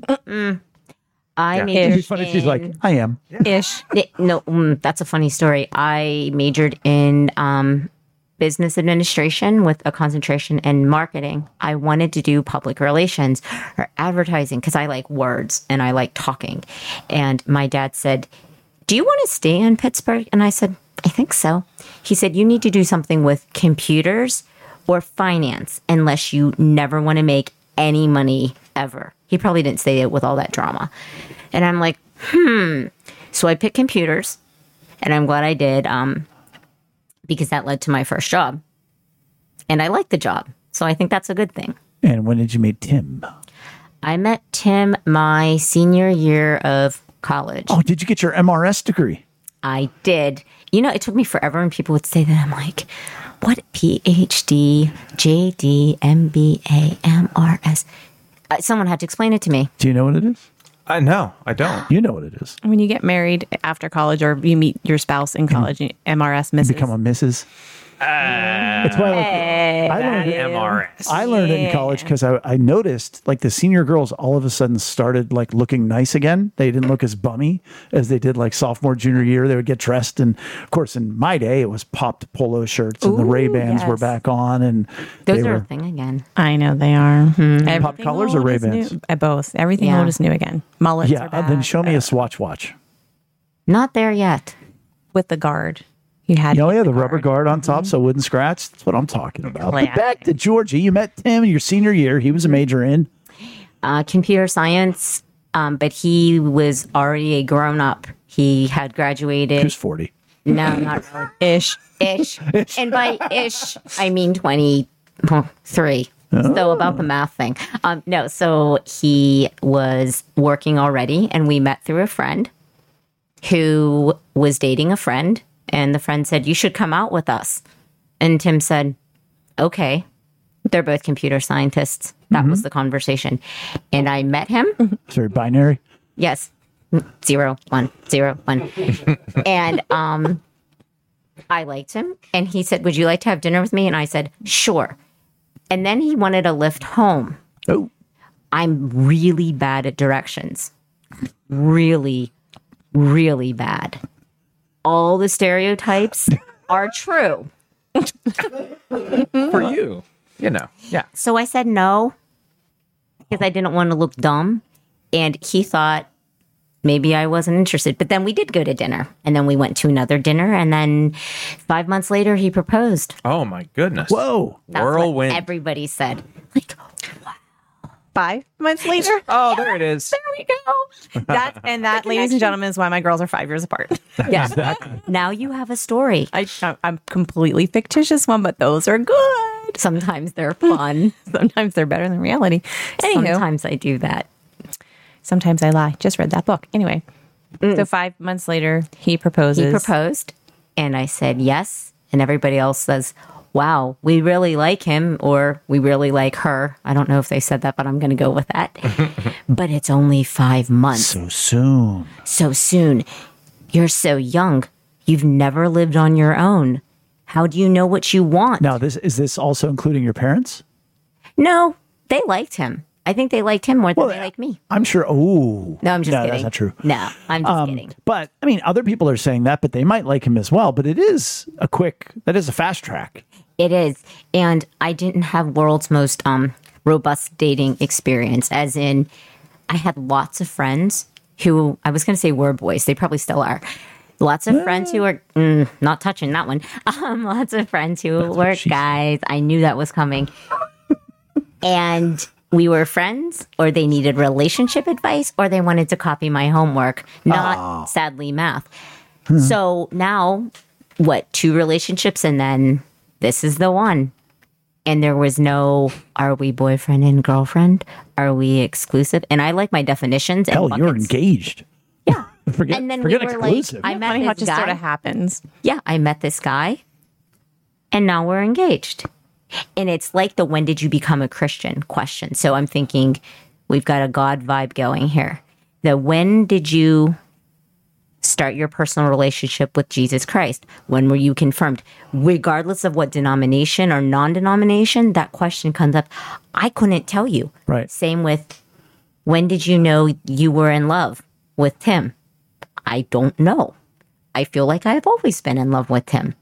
Speaker 1: I
Speaker 4: Yeah.
Speaker 1: majored
Speaker 3: It'd be funny if she's like, I am.
Speaker 2: Ish.
Speaker 1: Th- no, mm, that's a funny story. I majored in um, business administration with a concentration in marketing. I wanted to do public relations or advertising because I like words and I like talking. And my dad said, Do you want to stay in Pittsburgh? And I said, I think so. He said, You need to do something with computers or finance unless you never want to make any money ever. He probably didn't say it with all that drama. And I'm like, hmm. So I picked computers, and I'm glad I did um, because that led to my first job. And I like the job. So I think that's a good thing.
Speaker 3: And when did you meet Tim?
Speaker 1: I met Tim my senior year of college.
Speaker 3: Oh, did you get your MRS degree?
Speaker 1: I did. You know, it took me forever, and people would say that. I'm like, what PhD, JD, MBA, MRS? Uh, someone had to explain it to me.
Speaker 3: Do you know what it is?
Speaker 4: I no, I don't.
Speaker 3: You know what it is.
Speaker 2: When you get married after college or you meet your spouse in college, you- MRS misses.
Speaker 3: Become a Mrs.
Speaker 4: Ah,
Speaker 3: That's why I, like- I learned
Speaker 4: MRS.
Speaker 3: I learned it in college because I, I noticed like the senior girls all of a sudden started like looking nice again. They didn't look as bummy as they did like sophomore, junior year. They would get dressed, and of course, in my day, it was popped polo shirts and the
Speaker 2: Ooh,
Speaker 3: Ray Bans were
Speaker 2: yes.
Speaker 3: back on, and
Speaker 1: Those
Speaker 3: they
Speaker 1: are a
Speaker 3: were
Speaker 1: thing again.
Speaker 2: I know they are. Hmm. Everything
Speaker 3: Pop collars or
Speaker 2: old is
Speaker 3: Ray-Bans?
Speaker 2: new- Uh, both. Everything
Speaker 1: Yeah.
Speaker 2: old is new again. Mullets
Speaker 3: yeah.
Speaker 2: are back.
Speaker 3: Then show me a Swatch watch.
Speaker 1: Not there yet.
Speaker 2: with the guard. You had
Speaker 3: Oh
Speaker 2: to get
Speaker 3: yeah, the rubber guard on top so it wouldn't scratch. That's what I'm talking about. But
Speaker 2: Classic.
Speaker 3: back to Georgie, you met Tim your senior year. He was a major in.
Speaker 1: Uh, computer science, um, but he was already a grown up. He had
Speaker 3: He
Speaker 1: graduated.
Speaker 3: *laughs* was 40.
Speaker 1: No, not really.
Speaker 2: ish.
Speaker 1: ish. And by ish, I mean 23. So about the math thing. Um, no, so he was working already, and we met through a friend who was dating a friend. And the friend said, You should come out with us. And Tim said, Okay. They're both computer scientists. That was the conversation. And I met him.
Speaker 3: Sorry, binary.
Speaker 1: Yes. Zero, one, zero, one. and um I liked him and he said, Would you like to have dinner with me? And I said, Sure. And then he wanted a lift home.
Speaker 3: Oh,
Speaker 1: I'm really bad at directions. Really, really bad. All the stereotypes are true.
Speaker 4: for you. You know, yeah.
Speaker 1: So I said no because I didn't want to look dumb. And he thought maybe I wasn't interested. But then we did go to dinner and then we went to another dinner. And then five months later, he proposed.
Speaker 4: Oh my goodness.
Speaker 3: whoa.
Speaker 1: That's what
Speaker 4: Whirlwind.
Speaker 1: everybody said. Like,
Speaker 2: Five *laughs* months later.
Speaker 4: oh, there it is.
Speaker 2: There we go. That and *laughs* that, ladies and gentlemen, is why my girls are five years apart.
Speaker 1: yeah, now you have a story.
Speaker 2: I, I'm completely fictitious one, but those are good. *laughs*
Speaker 1: Sometimes they're fun.
Speaker 2: Sometimes they're better than reality. Anywho, sometimes,
Speaker 1: Sometimes I do that.
Speaker 2: I lie. Just read that book. Anyway, so five months later, Mm. he proposes.
Speaker 1: He proposed and I said yes. And everybody else says, wow, we really like him or we really like her. I don't know if they said that, but I'm going to go with
Speaker 3: *laughs*
Speaker 1: that. but it's only five months
Speaker 3: So soon.
Speaker 1: so soon. You're so young. You've never lived on your own. How do you know what you want?
Speaker 3: Now, this is this also including your parents?
Speaker 1: No, they liked him. I think they liked him more than they liked me.
Speaker 3: I'm sure. Oh,
Speaker 1: No, I'm just
Speaker 3: uh, no,
Speaker 1: kidding.
Speaker 3: That's not true. Um,
Speaker 1: No, I'm just kidding.
Speaker 3: But I mean, other people are saying that, but they might like him as well. But it is a quick. That is a fast track.
Speaker 1: It is. And I didn't have world's most um robust dating experience as in I had lots of friends who I was going to say were boys. They probably still are. Lots of friends who are mm, not touching that one. *laughs* Um, lots of friends who were
Speaker 3: she said.
Speaker 1: guys. I knew that was coming. and we were friends, or they needed relationship advice, or they wanted to copy my homework, not sadly math.
Speaker 3: Hmm.
Speaker 1: So now, what, two relationships, and then this is the one. And there was no, are we boyfriend and girlfriend? Are we exclusive? And I like my definitions. And
Speaker 3: Hell, you're
Speaker 1: buckets.
Speaker 3: engaged. *laughs*
Speaker 1: Yeah.
Speaker 3: Forget,
Speaker 1: And then we
Speaker 3: forget
Speaker 1: were
Speaker 3: exclusive.
Speaker 1: like, I met
Speaker 2: Funny how it
Speaker 1: this
Speaker 2: just
Speaker 1: guy.
Speaker 2: sort of happens.
Speaker 1: yeah, I met this guy, and now we're engaged. And it's like the when did you become a Christian question. So I'm thinking we've got a God vibe going here. The when did you start your personal relationship with Jesus Christ? When were you confirmed? Regardless of what denomination or non denomination, that question comes up. I couldn't tell you.
Speaker 3: Right.
Speaker 1: Same with when did you know you were in love with Tim? I don't know. I feel like I've always been in love with him.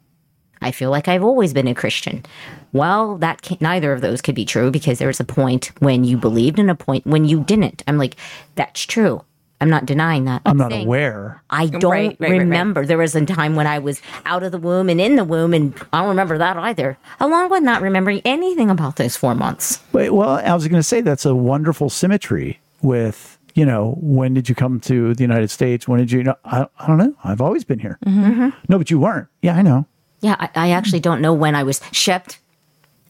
Speaker 1: I feel like I've always been a Christian. Well, that can, neither of those could be true because there was a point when you believed and a point when you didn't. I'm like, that's true. I'm not denying that.
Speaker 3: I'm not
Speaker 1: saying
Speaker 3: aware.
Speaker 1: I don't
Speaker 2: Um, right, right, right.
Speaker 1: remember. There was a time when I was out of the womb and in the womb, and I don't remember that either, along with not remembering anything about those four months.
Speaker 3: Wait, well, I was going to say that's a wonderful symmetry with, you know, when did you come to the United States? When did you, know, I, I don't know. I've always been here.
Speaker 1: Mm-hmm.
Speaker 3: No, but you weren't. Yeah, I know.
Speaker 1: Yeah, I, I actually don't know when I was shipped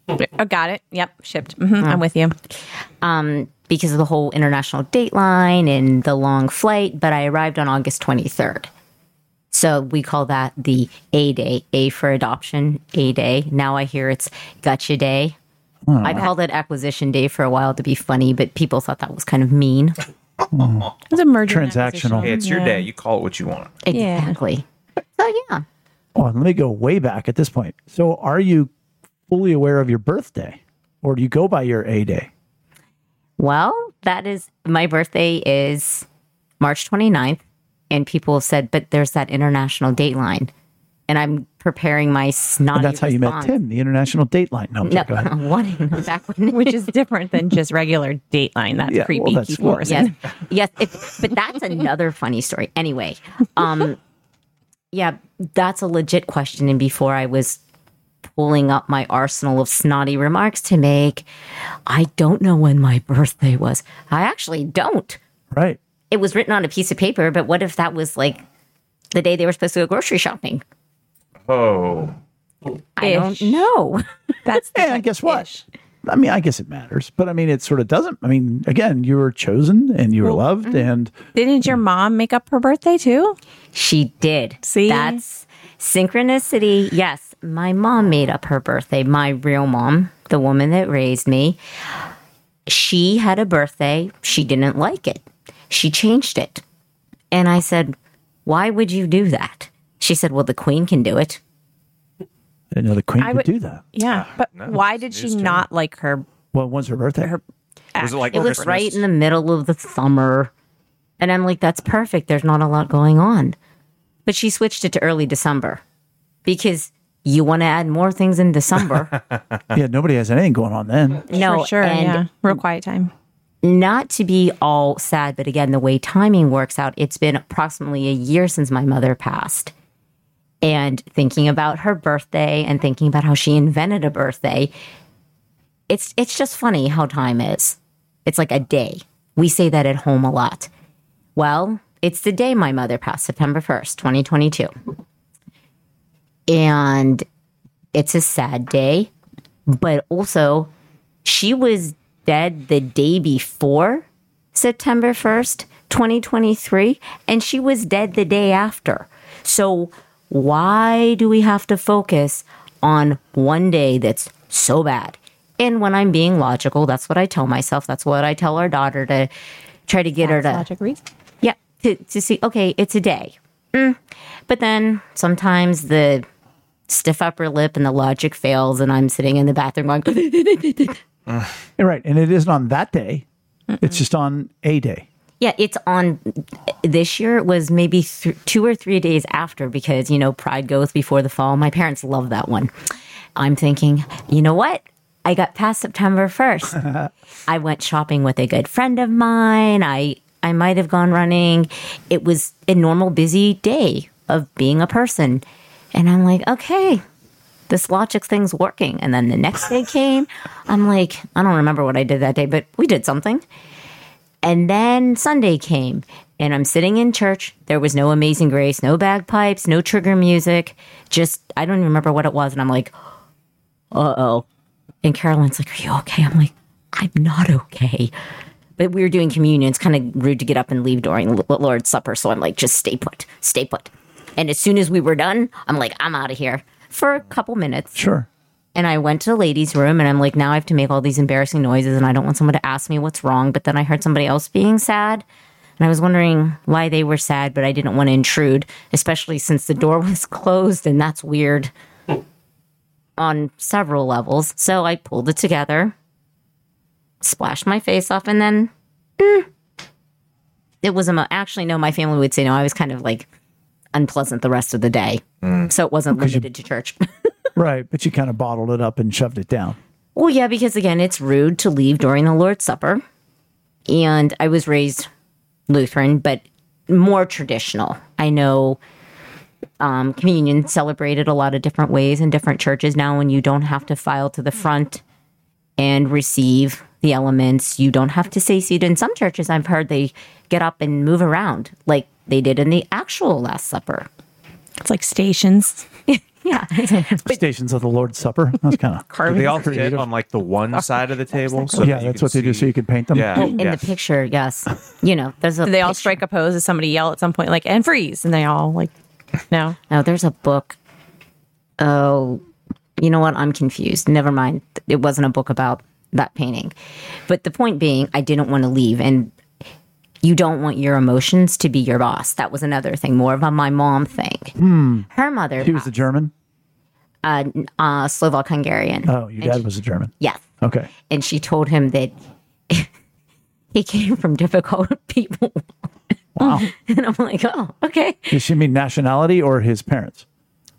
Speaker 2: Oh, got it. Yep, shipped. hmm I'm with you.
Speaker 1: um, because of the whole international dateline and the long flight, but I arrived on August 23rd. So we call that the A day, A for adoption, A day. Now I hear it's gotcha day.
Speaker 3: Hmm.
Speaker 1: I called it acquisition day for a while to be funny, but people thought that was kind of
Speaker 3: *laughs*
Speaker 1: mean.
Speaker 2: It was a merger and
Speaker 3: Transactional.
Speaker 2: acquisition.
Speaker 4: Hey, it's your
Speaker 2: Yeah.
Speaker 4: day. You call it what you want.
Speaker 2: Yeah.
Speaker 1: Exactly. So yeah.
Speaker 3: Oh, and let me go way back at this point. So are you fully aware of your birthday or do you go by your A day?
Speaker 1: Well, that is my birthday is March 29th and people have said, "But there's that international dateline." And I'm preparing my snotty
Speaker 3: And that's how you met
Speaker 1: response.
Speaker 3: Tim, the international dateline. No, I'm
Speaker 1: No,
Speaker 3: sorry, go
Speaker 1: *laughs*
Speaker 3: ahead.
Speaker 1: what back when
Speaker 2: Which is different than just regular Dateline. That's
Speaker 3: Yeah,
Speaker 2: creepy.
Speaker 3: well, that's-
Speaker 2: Keith
Speaker 3: well,
Speaker 2: Morrison.
Speaker 1: yes, yes. It, but that's another funny story. Anyway, um, yeah, that's a legit question. And before I was pulling up my arsenal of snotty remarks to make, I don't know when my birthday was. I actually don't.
Speaker 3: Right.
Speaker 1: It was written on a piece of paper, but what if that was like the day they were supposed to go grocery shopping?
Speaker 4: Oh,
Speaker 1: I don't know.
Speaker 2: That's the
Speaker 3: *laughs* And guess what? I mean, I guess it matters, but I mean, it sort of doesn't. I mean, again, you were chosen and you were loved, and
Speaker 2: Didn't your mom make up her birthday too?
Speaker 1: She did.
Speaker 2: See?
Speaker 1: That's synchronicity. Yes. My mom made up her birthday. My real mom, the woman that raised me, she had a birthday. She didn't like it. She changed it. And I said, Why would you do that? She said, Well, the queen can do it.
Speaker 3: I didn't know the queen
Speaker 2: I
Speaker 3: could
Speaker 2: would-
Speaker 3: do that.
Speaker 2: Yeah. but
Speaker 4: no,
Speaker 2: why
Speaker 4: it's
Speaker 2: did
Speaker 4: news
Speaker 2: she
Speaker 4: to me.
Speaker 2: not like her?
Speaker 3: Well, when's her birthday?
Speaker 4: was it like
Speaker 1: It was
Speaker 4: Christmas?
Speaker 1: right in the middle of the summer. And I'm like, That's perfect. There's not a lot going on. But she switched it to early December because you want to add more things in December.
Speaker 3: yeah, nobody has anything going on then.
Speaker 1: no,
Speaker 2: *laughs* for sure.
Speaker 1: and
Speaker 2: yeah. Oh, Real quiet time.
Speaker 1: not to be all sad, but again, the way timing works out, it's been approximately a year since my mother passed. And thinking about her birthday and thinking about how she invented a birthday, it's it's just funny how time is. It's like a day. We say that at home a lot. Well, it's the day my mother passed, September 1st, 2022. And it's a sad day, but also she was dead the day before September 1st, 2023, and she was dead the day after. So, why do we have to focus on one day that's so bad? And when I'm being logical, that's what I tell myself. That's what I tell our daughter to try to get her to
Speaker 2: Logic reason.
Speaker 1: yeah, to, to see, okay, it's a day. Mm. But then sometimes the stiff upper lip and the logic fails, and I'm sitting in the bathroom going, *laughs*
Speaker 3: Yeah, right, and it isn't on that day. It's just on a day.
Speaker 1: yeah, it's on. This year it was maybe th- two or three days after because, you know, pride goes before the fall. My parents love that one. I'm thinking, you know what? I got past September 1st. I went shopping with a good friend of mine. I I might have gone running. It was a normal busy day of being a person. And I'm like, okay, this logic thing's working. And then the next day came. I'm like, I don't remember what I did that day, but we did something. And then Sunday came, and I'm sitting in church. There was no Amazing Grace, no bagpipes, no trigger music. Just, I don't even remember what it was. And I'm like, uh oh. And Caroline's like, Are you okay? I'm like, I'm not okay. But we were doing communion. It's kind of rude to get up and leave during L- Lord's Supper. So I'm like, Just stay put, stay put. And as soon as we were done, I'm like, I'm out of here for a couple minutes
Speaker 3: Sure.
Speaker 1: and I went to the ladies' room and I'm like, now I have to make all these embarrassing noises and I don't want someone to ask me what's wrong. But then I heard somebody else being sad and I was wondering why they were sad, but I didn't want to intrude, especially since the door *laughs* was closed and that's weird on several levels. So I pulled it together, splashed my face off, and then mm, it was a mo- actually no, my family would say no. I was kind of like unpleasant the rest of the day. So it wasn't limited to church. *laughs*
Speaker 3: Right, but you kind of bottled it up and shoved it down.
Speaker 1: Well, yeah, because again, it's rude to leave during the Lord's Supper. And I was raised Lutheran, but more traditional. I know um, communion celebrated a lot of different ways in different churches now, and you don't have to file to the front and receive the elements. You don't have to stay seated. In some churches, I've heard they get up and move around like they did in the actual Last Supper. *laughs*
Speaker 2: It's like stations.
Speaker 1: Yeah.
Speaker 3: Stations of the Lord's Supper. That's kind
Speaker 4: *laughs*
Speaker 3: of
Speaker 4: Did they all sit on like the one side of the table. So
Speaker 3: yeah.
Speaker 4: that you
Speaker 3: That's
Speaker 4: can
Speaker 3: what they do,
Speaker 4: see-
Speaker 3: so you can paint them.
Speaker 4: Yeah.
Speaker 1: in
Speaker 4: yeah.
Speaker 1: the picture, yes. You know, there's a
Speaker 2: Do they all
Speaker 1: picture-
Speaker 2: strike a pose? Does somebody yell at some point, like, and freeze? And they all, like,
Speaker 3: *laughs*
Speaker 2: no.
Speaker 1: No, there's a book. Oh, you know what? I'm confused. Never mind. It wasn't a book about that painting. But the point being, I didn't want to leave. And you don't want your emotions to be your boss. That was another thing, more of a my mom thing. Her mother
Speaker 3: Hmm. He was a German.
Speaker 1: uh, uh, Slovak Hungarian.
Speaker 3: Oh, your dad was a German.
Speaker 1: Yes.
Speaker 3: Okay.
Speaker 1: And she told him that *laughs* he came from difficult *laughs* people.
Speaker 3: Wow.
Speaker 1: *laughs* And I'm like, oh, okay.
Speaker 3: Does she mean nationality or his parents?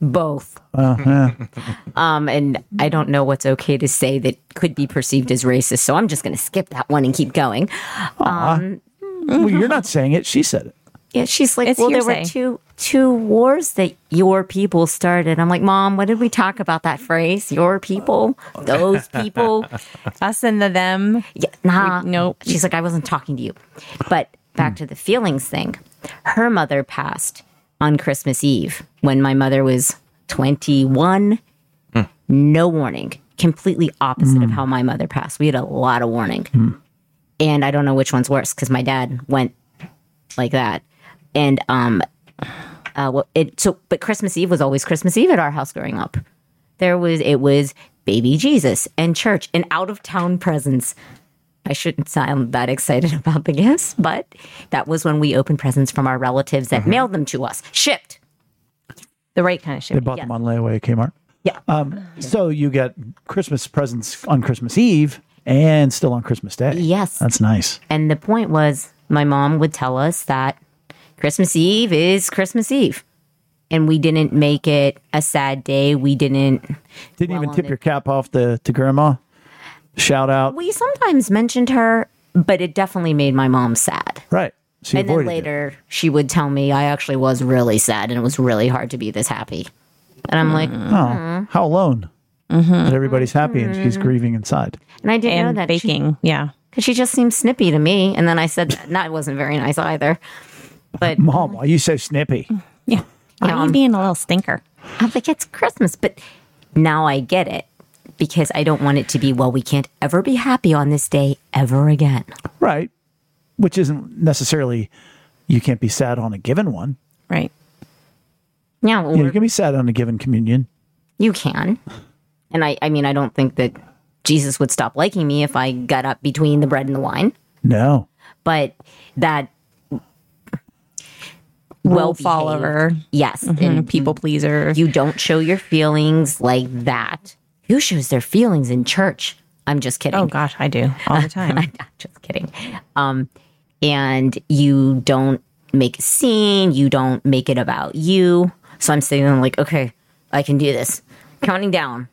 Speaker 1: both. um, and I don't know what's okay to say that could be perceived as racist, so I'm just going to skip that one and keep going.
Speaker 3: Well, you're not saying it. She said it.
Speaker 1: Yeah, she's like,
Speaker 2: It's
Speaker 1: well, there
Speaker 2: hearsay.
Speaker 1: were two two wars that your people started. I'm like, mom, what did we talk about that phrase? Your people, those people.
Speaker 2: Us and the them.
Speaker 1: Yeah, nah.
Speaker 2: nope.
Speaker 1: She's like, I wasn't talking to you. But back to the feelings thing. Her mother passed on Christmas Eve when my mother was 21. No warning. Completely opposite of how my mother passed. We had a lot of warning. And I don't know which one's worse because my dad went like that. And, um, uh, well, it so, but Christmas Eve was always Christmas Eve at our house growing up. There was, it was baby Jesus and church and out of town presents. I shouldn't sound that excited *laughs* about the gifts, but that was when we opened presents from our relatives
Speaker 3: Mm-hmm.
Speaker 1: that mailed them to us, shipped.
Speaker 2: The right kind of
Speaker 3: They
Speaker 2: shit.
Speaker 3: bought them on layaway at Kmart.
Speaker 1: Yeah.
Speaker 3: Um, so you get Christmas presents on Christmas Eve and still on Christmas Day.
Speaker 1: Yes.
Speaker 3: That's nice.
Speaker 1: And the point was, my mom would tell us that Christmas Eve is Christmas Eve. And we didn't make it a sad day. We didn't.
Speaker 3: Didn't
Speaker 1: Well,
Speaker 3: even
Speaker 1: on
Speaker 3: tip
Speaker 1: the-
Speaker 3: your cap off the to grandma. Shout out.
Speaker 1: We sometimes mentioned her, but it definitely made my mom sad.
Speaker 3: right. She
Speaker 1: And then
Speaker 3: avoided it.
Speaker 1: later, she would tell me I actually was really sad and it was really hard to be this happy. And I'm like,
Speaker 3: Oh, how alone.
Speaker 1: Mm-hmm.
Speaker 3: That everybody's happy and she's grieving inside.
Speaker 1: and I didn't
Speaker 2: And
Speaker 1: know that she-
Speaker 2: baking. yeah.
Speaker 1: because she just seemed snippy to me. And then I said that, and that wasn't very nice either. But you
Speaker 3: Mom, why are you so snippy?
Speaker 1: Mm.
Speaker 2: Yeah. Why are you
Speaker 1: um,
Speaker 2: being a little stinker?
Speaker 1: I think it's Christmas. But now I get it because I don't want it to be, well, we can't ever be happy on this day ever again.
Speaker 3: Right. Which isn't necessarily you can't be sad on a given one.
Speaker 2: Right.
Speaker 1: Yeah,
Speaker 3: Yeah,
Speaker 1: or
Speaker 3: you can be sad on a given communion.
Speaker 1: you can. And I, I mean, I don't think that Jesus would stop liking me if I got up between the bread and the wine,
Speaker 3: No.
Speaker 1: but that
Speaker 2: Well,
Speaker 1: well-behaved-
Speaker 2: follower,
Speaker 1: Yes.
Speaker 3: Mm-hmm.
Speaker 2: and people pleaser.
Speaker 1: You don't show your feelings like that. Who shows their feelings in church? I'm just kidding.
Speaker 2: oh, gosh, I do all
Speaker 1: *laughs*
Speaker 2: the
Speaker 3: *laughs*
Speaker 2: time.
Speaker 1: I'm just kidding. Um, and you don't make a scene, you don't make it about you. So I'm sitting there like, okay, I can do this. Counting down.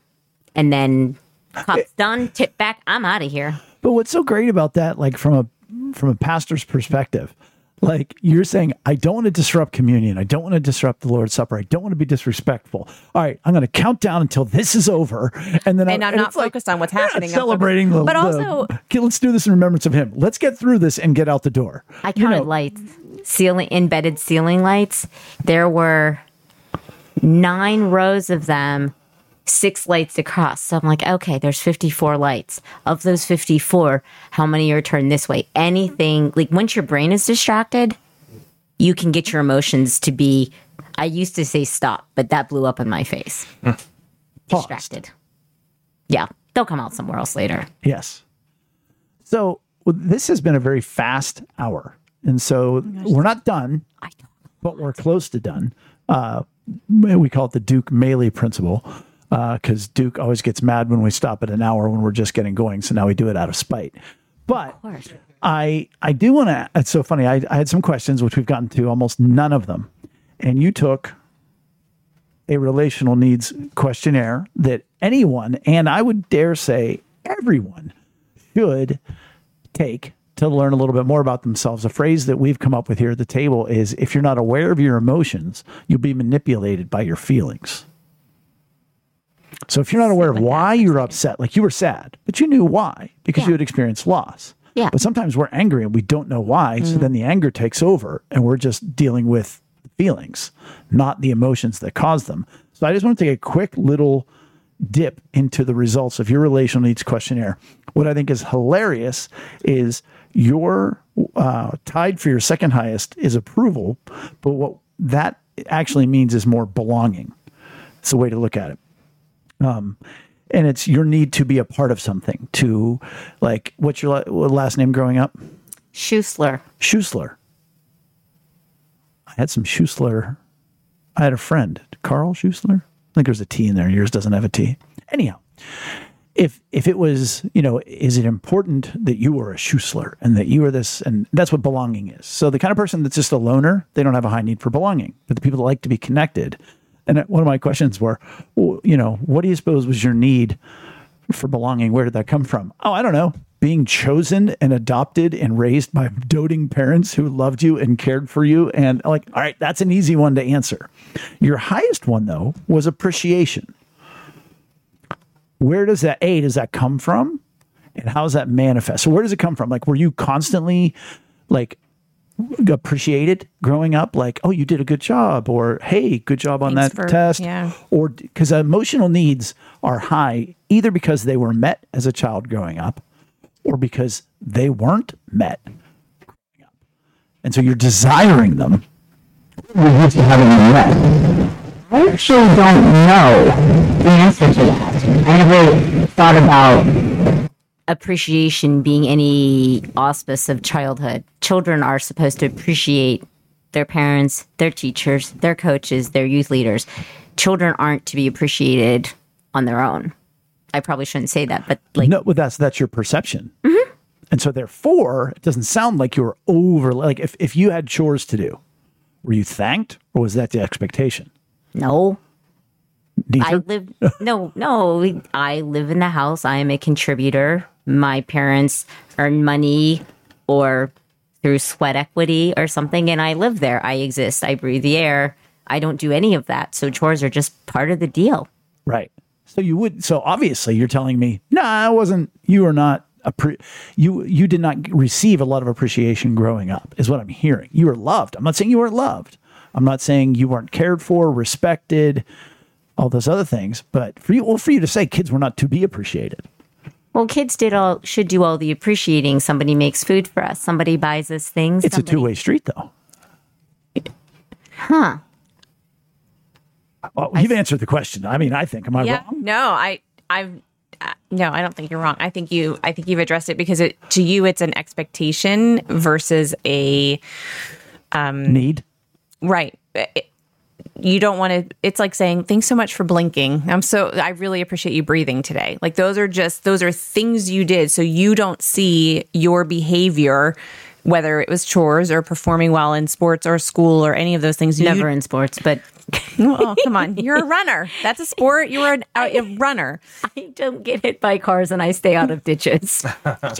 Speaker 1: And then cup's done, tip back, I'm out of here.
Speaker 3: But what's so great about that, like from a from a pastor's perspective, like you're saying, I don't want to disrupt communion. I don't want to disrupt the Lord's Supper. I don't want to be disrespectful. All right, I'm going to count down until this is over, and then
Speaker 2: And I'm not
Speaker 3: it's like,
Speaker 2: focused on what's
Speaker 3: we're not
Speaker 2: happening. I'm
Speaker 3: celebrating the,
Speaker 2: focused- but
Speaker 3: the-
Speaker 2: also-
Speaker 3: okay, let's do this in remembrance of Him. Let's get through this and get out the door.
Speaker 1: I counted lights, ceiling embedded ceiling lights. There were nine rows of them, six lights across. So I'm like, okay, there's 54 lights. Of those 54, how many are turned this way? Anything like once your brain is distracted, you can get your emotions to be. I used to say stop, but that blew up in my face.
Speaker 3: Paused.
Speaker 1: Distracted. Yeah, they'll come out somewhere else later.
Speaker 3: Yes. So well, this has been a very fast hour, and
Speaker 2: Oh
Speaker 3: so we're not done.
Speaker 1: I don't.
Speaker 3: but we're close to done. Uh, we call it the Duke Maley principle because Duke always gets mad when we stop at an hour when we're just getting going. So now we do it out of spite. But
Speaker 1: course.
Speaker 3: I I do want to. It's so funny. I, I had some questions which we've gotten to almost none of them, and you took a relational needs questionnaire that anyone and I would dare say everyone should take to learn a little bit more about themselves. A phrase that we've come up with here at the table is if you're not aware of your emotions, you'll be manipulated by your feelings. So if you're not aware of why you're upset, like you were sad, but you knew why because you had experienced loss.
Speaker 1: Yeah.
Speaker 3: But sometimes we're angry and we don't know why. So then the anger takes over and we're just dealing with the feelings, not the emotions that cause them. So I just want to take a quick little dip into the results of your relational needs questionnaire. What I think is hilarious is your uh, tied for your second highest is approval, but what that actually means is more belonging. It's the way to look at it Um, and it's your need to be a part of something to like what's your la- what last name growing up
Speaker 1: Schusler.
Speaker 3: schusler i had some schusler i had a friend carl schusler i think there's a t in there yours doesn't have a t anyhow if if it was you know is it important that you were a schusler and that you were this and that's what belonging is so the kind of person that's just a loner they don't have a high need for belonging but the people that like to be connected and one of my questions were well, you know what do you suppose was your need for belonging where did that come from oh i don't know being chosen and adopted and raised by doting parents who loved you and cared for you and like all right that's an easy one to answer your highest one though was appreciation where does that a does that come from and how does that manifest so where does it come from like were you constantly like appreciated growing up like oh you did a good job or hey good job on
Speaker 2: Thanks
Speaker 3: that
Speaker 2: for-
Speaker 3: test
Speaker 2: yeah.
Speaker 3: or because emotional needs are high either because they were met as a child growing up or because they weren't met growing up and so you're desiring them
Speaker 5: we used to having them met. I actually don't know the answer to that. I never thought about
Speaker 1: Appreciation being any auspice of childhood. Children are supposed to appreciate their parents, their teachers, their coaches, their youth leaders. Children aren't to be appreciated on their own. I probably shouldn't say that, but like
Speaker 3: no, well, that's that's your perception.
Speaker 1: Mm-hmm.
Speaker 3: And so, therefore, it doesn't sound like you were over. Like if if you had chores to do, were you thanked, or was that the expectation?
Speaker 1: no. I
Speaker 3: Neither.
Speaker 1: live no no I live in the house I am a contributor my parents earn money or through sweat equity or something and I live there I exist I breathe the air I don't do any of that so chores are just part of the deal
Speaker 3: right. So you would. So obviously, you're telling me, no, I wasn't. You were not. Appre- you you did not receive a lot of appreciation growing up, is what I'm hearing. You were loved. I'm not saying you weren't loved. I'm not saying you weren't cared for, respected, all those other things. But for you, well, for you to say kids were not to be appreciated.
Speaker 1: well kids did all should do all the appreciating somebody makes food for us somebody buys us things
Speaker 3: It's
Speaker 1: somebody-
Speaker 3: a two way street, though. Huh. Well, you've answered the question. I mean, I think. Am I
Speaker 2: yeah.
Speaker 3: wrong?
Speaker 2: No, I, I've, uh, no, I don't think you're wrong. I think you, I think you've addressed it because it, to you, it's an expectation versus a
Speaker 3: Need.
Speaker 2: right. It- you don't want to. It's like saying, "Thanks so much for blinking." I'm so. I really appreciate you breathing today. Like those are just those are things you did, so you don't see your behavior, whether it was chores or performing well in sports or school or any of those things. You
Speaker 1: never in sports but *laughs*
Speaker 2: *laughs* Oh, come on. You're a runner. That's a sport. You're an, a, a runner.
Speaker 1: I don't get hit by cars and I stay out of ditches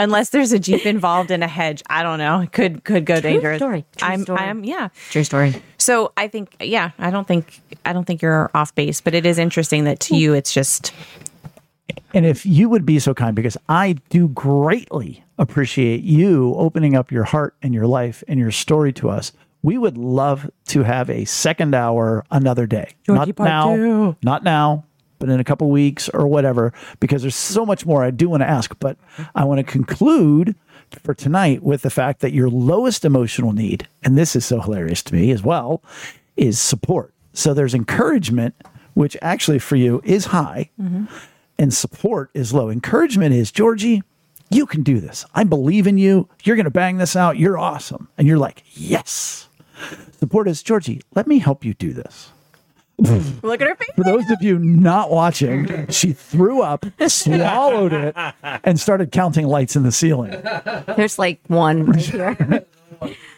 Speaker 2: Unless there's a Jeep involved in a hedge. I don't know. It could could go dangerous.
Speaker 1: story. True
Speaker 2: I'm,
Speaker 1: story.
Speaker 2: I'm yeah.
Speaker 1: true story
Speaker 2: So I think yeah, I don't think I don't think you're off base, but it is interesting that to you it's just
Speaker 3: And if you would be so kind, because I do greatly appreciate you opening up your heart and your life and your story to us. We would love to have a second hour another day.
Speaker 2: Georgie,
Speaker 3: not
Speaker 2: part
Speaker 3: now,
Speaker 2: two.
Speaker 3: not now, but in a couple weeks or whatever, because there's so much more I do want to ask. But I want to conclude for tonight with the fact that your lowest emotional need, and this is so hilarious to me as well, is support. So there's encouragement, which actually for you is high and support is low. Encouragement is, Georgie, you can do this. I believe in you. You're going to bang this out. You're awesome. And you're like, yes. Support is, Georgie, let me help you do this.
Speaker 2: look at her face.
Speaker 3: For those of you not watching, she threw up, swallowed it, and started counting lights in the ceiling.
Speaker 1: there's like one right here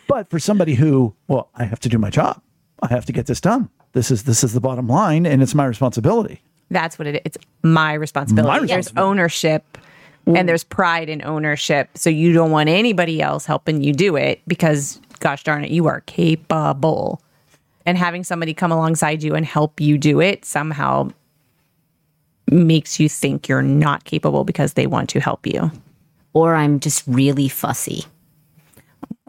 Speaker 3: But for somebody who, well, I have to do my job. I have to get this done. This is this is the bottom line, and it's my responsibility.
Speaker 2: That's what it is. It's my responsibility.
Speaker 3: My
Speaker 2: There's
Speaker 3: responsibility.
Speaker 2: ownership and there's pride in ownership. So you don't want anybody else helping you do it because, gosh darn it, you are capable. And having somebody come alongside you and help you do it somehow makes you think you're not capable because they want to help you.
Speaker 1: or I'm just really fussy.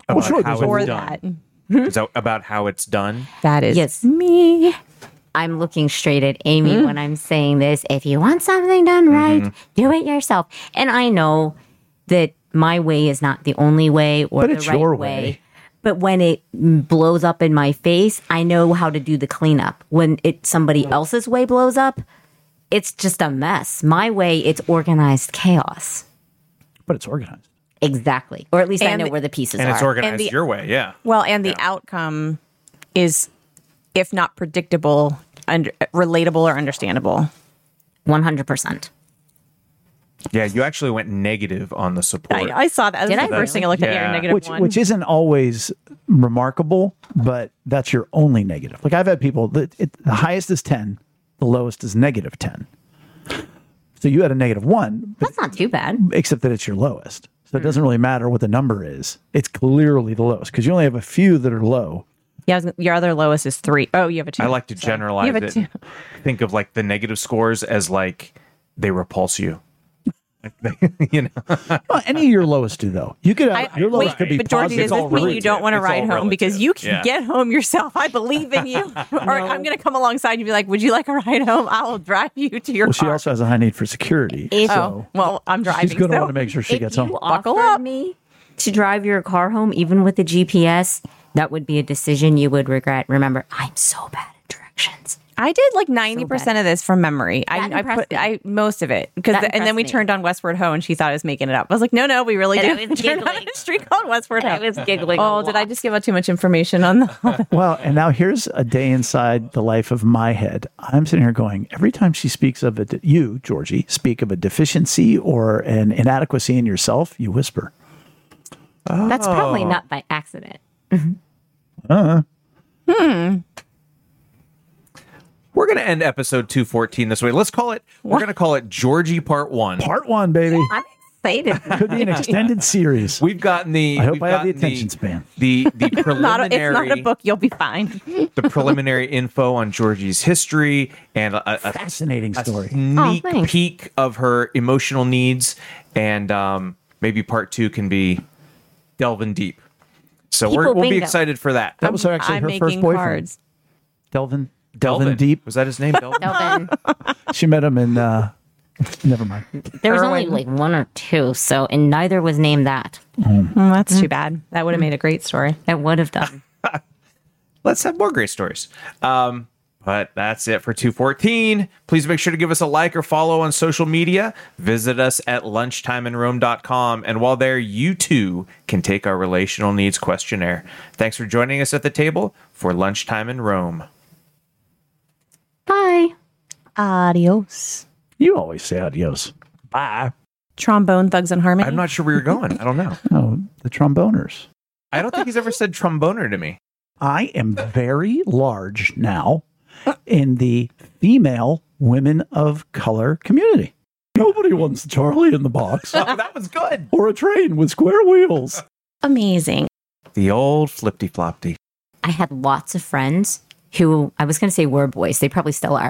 Speaker 4: about
Speaker 3: sure,
Speaker 4: how
Speaker 3: there's a-
Speaker 2: Or
Speaker 4: it's
Speaker 2: that.
Speaker 4: done. So about how it's done.
Speaker 2: That is
Speaker 1: Yes.
Speaker 2: me.
Speaker 1: I'm looking straight at Amy when I'm saying this. If you want something done right, do it yourself. And I know that my way is not the only way or
Speaker 3: But
Speaker 1: the
Speaker 3: it's
Speaker 1: right
Speaker 3: your way.
Speaker 1: way. But when it blows up in my face, I know how to do the cleanup. When it somebody else's way blows up, it's just a mess. My way, it's organized chaos.
Speaker 3: but it's organized.
Speaker 1: Exactly. Or at least
Speaker 2: And
Speaker 1: I know
Speaker 2: the-
Speaker 1: where the pieces
Speaker 4: And
Speaker 1: are.
Speaker 4: it's organized
Speaker 2: the-
Speaker 4: your way, yeah.
Speaker 2: Well, and the outcome is, if not predictable, under, relatable or understandable.
Speaker 1: 100%.
Speaker 4: Yeah, you actually went negative on the support.
Speaker 2: I, I saw that. Did
Speaker 1: Did
Speaker 2: the
Speaker 1: I
Speaker 2: first thing I looked at. Yeah,
Speaker 4: Yeah.
Speaker 2: negative
Speaker 3: which
Speaker 2: one.
Speaker 3: which isn't always remarkable, but that's your only negative. Like I've had people that it, the highest is ten, the lowest is negative ten. So you had a negative one, but
Speaker 1: That's not too bad.
Speaker 3: except that it's your lowest. So it
Speaker 2: Mm-hmm.
Speaker 3: doesn't really matter what the number is. It's clearly the lowest because you only have a few that are low.
Speaker 2: yeah, I was gonna- your other lowest is three. Oh, you have a two.
Speaker 4: I like to generalize
Speaker 2: You have a
Speaker 4: it.
Speaker 2: two.
Speaker 4: Think of like the negative scores as like they repulse you. *laughs* Like, they- you know,
Speaker 3: Well, any of your lowest do though. You could have,
Speaker 2: I,
Speaker 3: your lowest
Speaker 2: wait,
Speaker 3: could be
Speaker 2: but Georgie,
Speaker 3: positive.
Speaker 2: does
Speaker 4: It's all
Speaker 2: this mean you
Speaker 4: relative.
Speaker 2: don't want to
Speaker 4: It's all
Speaker 2: ride home because
Speaker 4: relative.
Speaker 2: you can
Speaker 4: Yeah.
Speaker 2: get home yourself? I believe in you.
Speaker 4: *laughs*
Speaker 2: Or I'm going to come alongside you and be like, "Would you like a ride home? I will drive you to your
Speaker 3: Well, she
Speaker 2: car." Oh,
Speaker 3: also has a high need for security.
Speaker 1: If-
Speaker 3: so
Speaker 2: well, I'm driving.
Speaker 3: she's going to
Speaker 2: so-
Speaker 3: want to make sure she
Speaker 1: if
Speaker 3: gets
Speaker 1: you
Speaker 3: home.
Speaker 2: Buckle
Speaker 1: offered
Speaker 2: up.
Speaker 1: me to drive your car home, even with the GPS, that would be a decision you would regret. Remember, I'm so bad at directions.
Speaker 2: I did like ninety percent of this from memory.
Speaker 1: That
Speaker 2: I, I put
Speaker 1: impressed me.
Speaker 2: I most of it because
Speaker 1: That
Speaker 2: and then
Speaker 1: impressed
Speaker 2: we
Speaker 1: me.
Speaker 2: turned on Westward Ho and she thought I was making it up. I was like, no, no, we really
Speaker 1: And I
Speaker 2: did.
Speaker 1: was
Speaker 2: *laughs* Turned on
Speaker 1: giggling.
Speaker 2: a street called
Speaker 1: *laughs*
Speaker 2: Westward
Speaker 1: I
Speaker 2: Ho.
Speaker 1: was giggling. a
Speaker 2: Oh, did I
Speaker 1: lot.
Speaker 2: just give out too much information on the? *laughs*
Speaker 3: Well, and now here's a day inside the life of my head. I'm sitting here going, every time she speaks of it, you, Georgie, speak of a deficiency or an inadequacy in yourself, you whisper.
Speaker 1: That's probably not by accident.
Speaker 4: we're gonna end episode two fourteen this way. Let's call it. We're gonna call it Georgie Part One.
Speaker 3: Part one, baby.
Speaker 1: I'm *laughs* excited.
Speaker 3: Could be an extended series.
Speaker 4: We've gotten the.
Speaker 3: I hope
Speaker 4: we've
Speaker 3: I have the
Speaker 4: gotten
Speaker 3: attention span.
Speaker 4: The the
Speaker 2: *laughs* not a, it's not a
Speaker 4: preliminary
Speaker 2: book. You'll be fine.
Speaker 4: the preliminary info on Georgie's history and a, a
Speaker 3: Fascinating story.
Speaker 4: sneak
Speaker 1: Oh, thanks.
Speaker 4: peek of her emotional needs, and um, maybe part two can be delving deep. So we're,
Speaker 1: People
Speaker 4: we'll be
Speaker 1: bingo.
Speaker 4: excited for that.
Speaker 3: That was actually
Speaker 2: I'm
Speaker 3: her first
Speaker 2: making
Speaker 3: boyfriend,
Speaker 2: cards.
Speaker 3: Delvin.
Speaker 4: Delvin.
Speaker 3: Delvin Deep.
Speaker 4: was that his name?
Speaker 1: *laughs*
Speaker 4: Delvin.
Speaker 1: Delvin.
Speaker 3: She met him in, uh, never mind.
Speaker 1: There was only like one or two, so and neither was named that.
Speaker 2: Mm, that's too bad. That would have made a great story.
Speaker 1: I would have done.
Speaker 4: let's have more great stories. Um, but that's it for 214. Please make sure to give us a like or follow on social media. Visit us at lunchtimeinrome.com. And while there, you too can take our relational needs questionnaire. Thanks for joining us at the table for Lunchtime in Rome.
Speaker 1: *laughs* Bye.
Speaker 2: Adios.
Speaker 3: You always say adios.
Speaker 4: Bye.
Speaker 2: Trombone thugs and harmony.
Speaker 4: I'm not sure where you're going. I
Speaker 1: *laughs*
Speaker 4: don't know.
Speaker 3: Oh, the tromboners.
Speaker 4: I don't think he's ever said tromboner to me. *laughs*
Speaker 3: I am very large now in the female women of color community. Nobody wants Charlie in the box
Speaker 4: Oh, that was good.
Speaker 3: or a train with square wheels.
Speaker 2: amazing.
Speaker 4: The old flipty flopty.
Speaker 1: I had lots of friends who I was going to say were boys. They probably still are,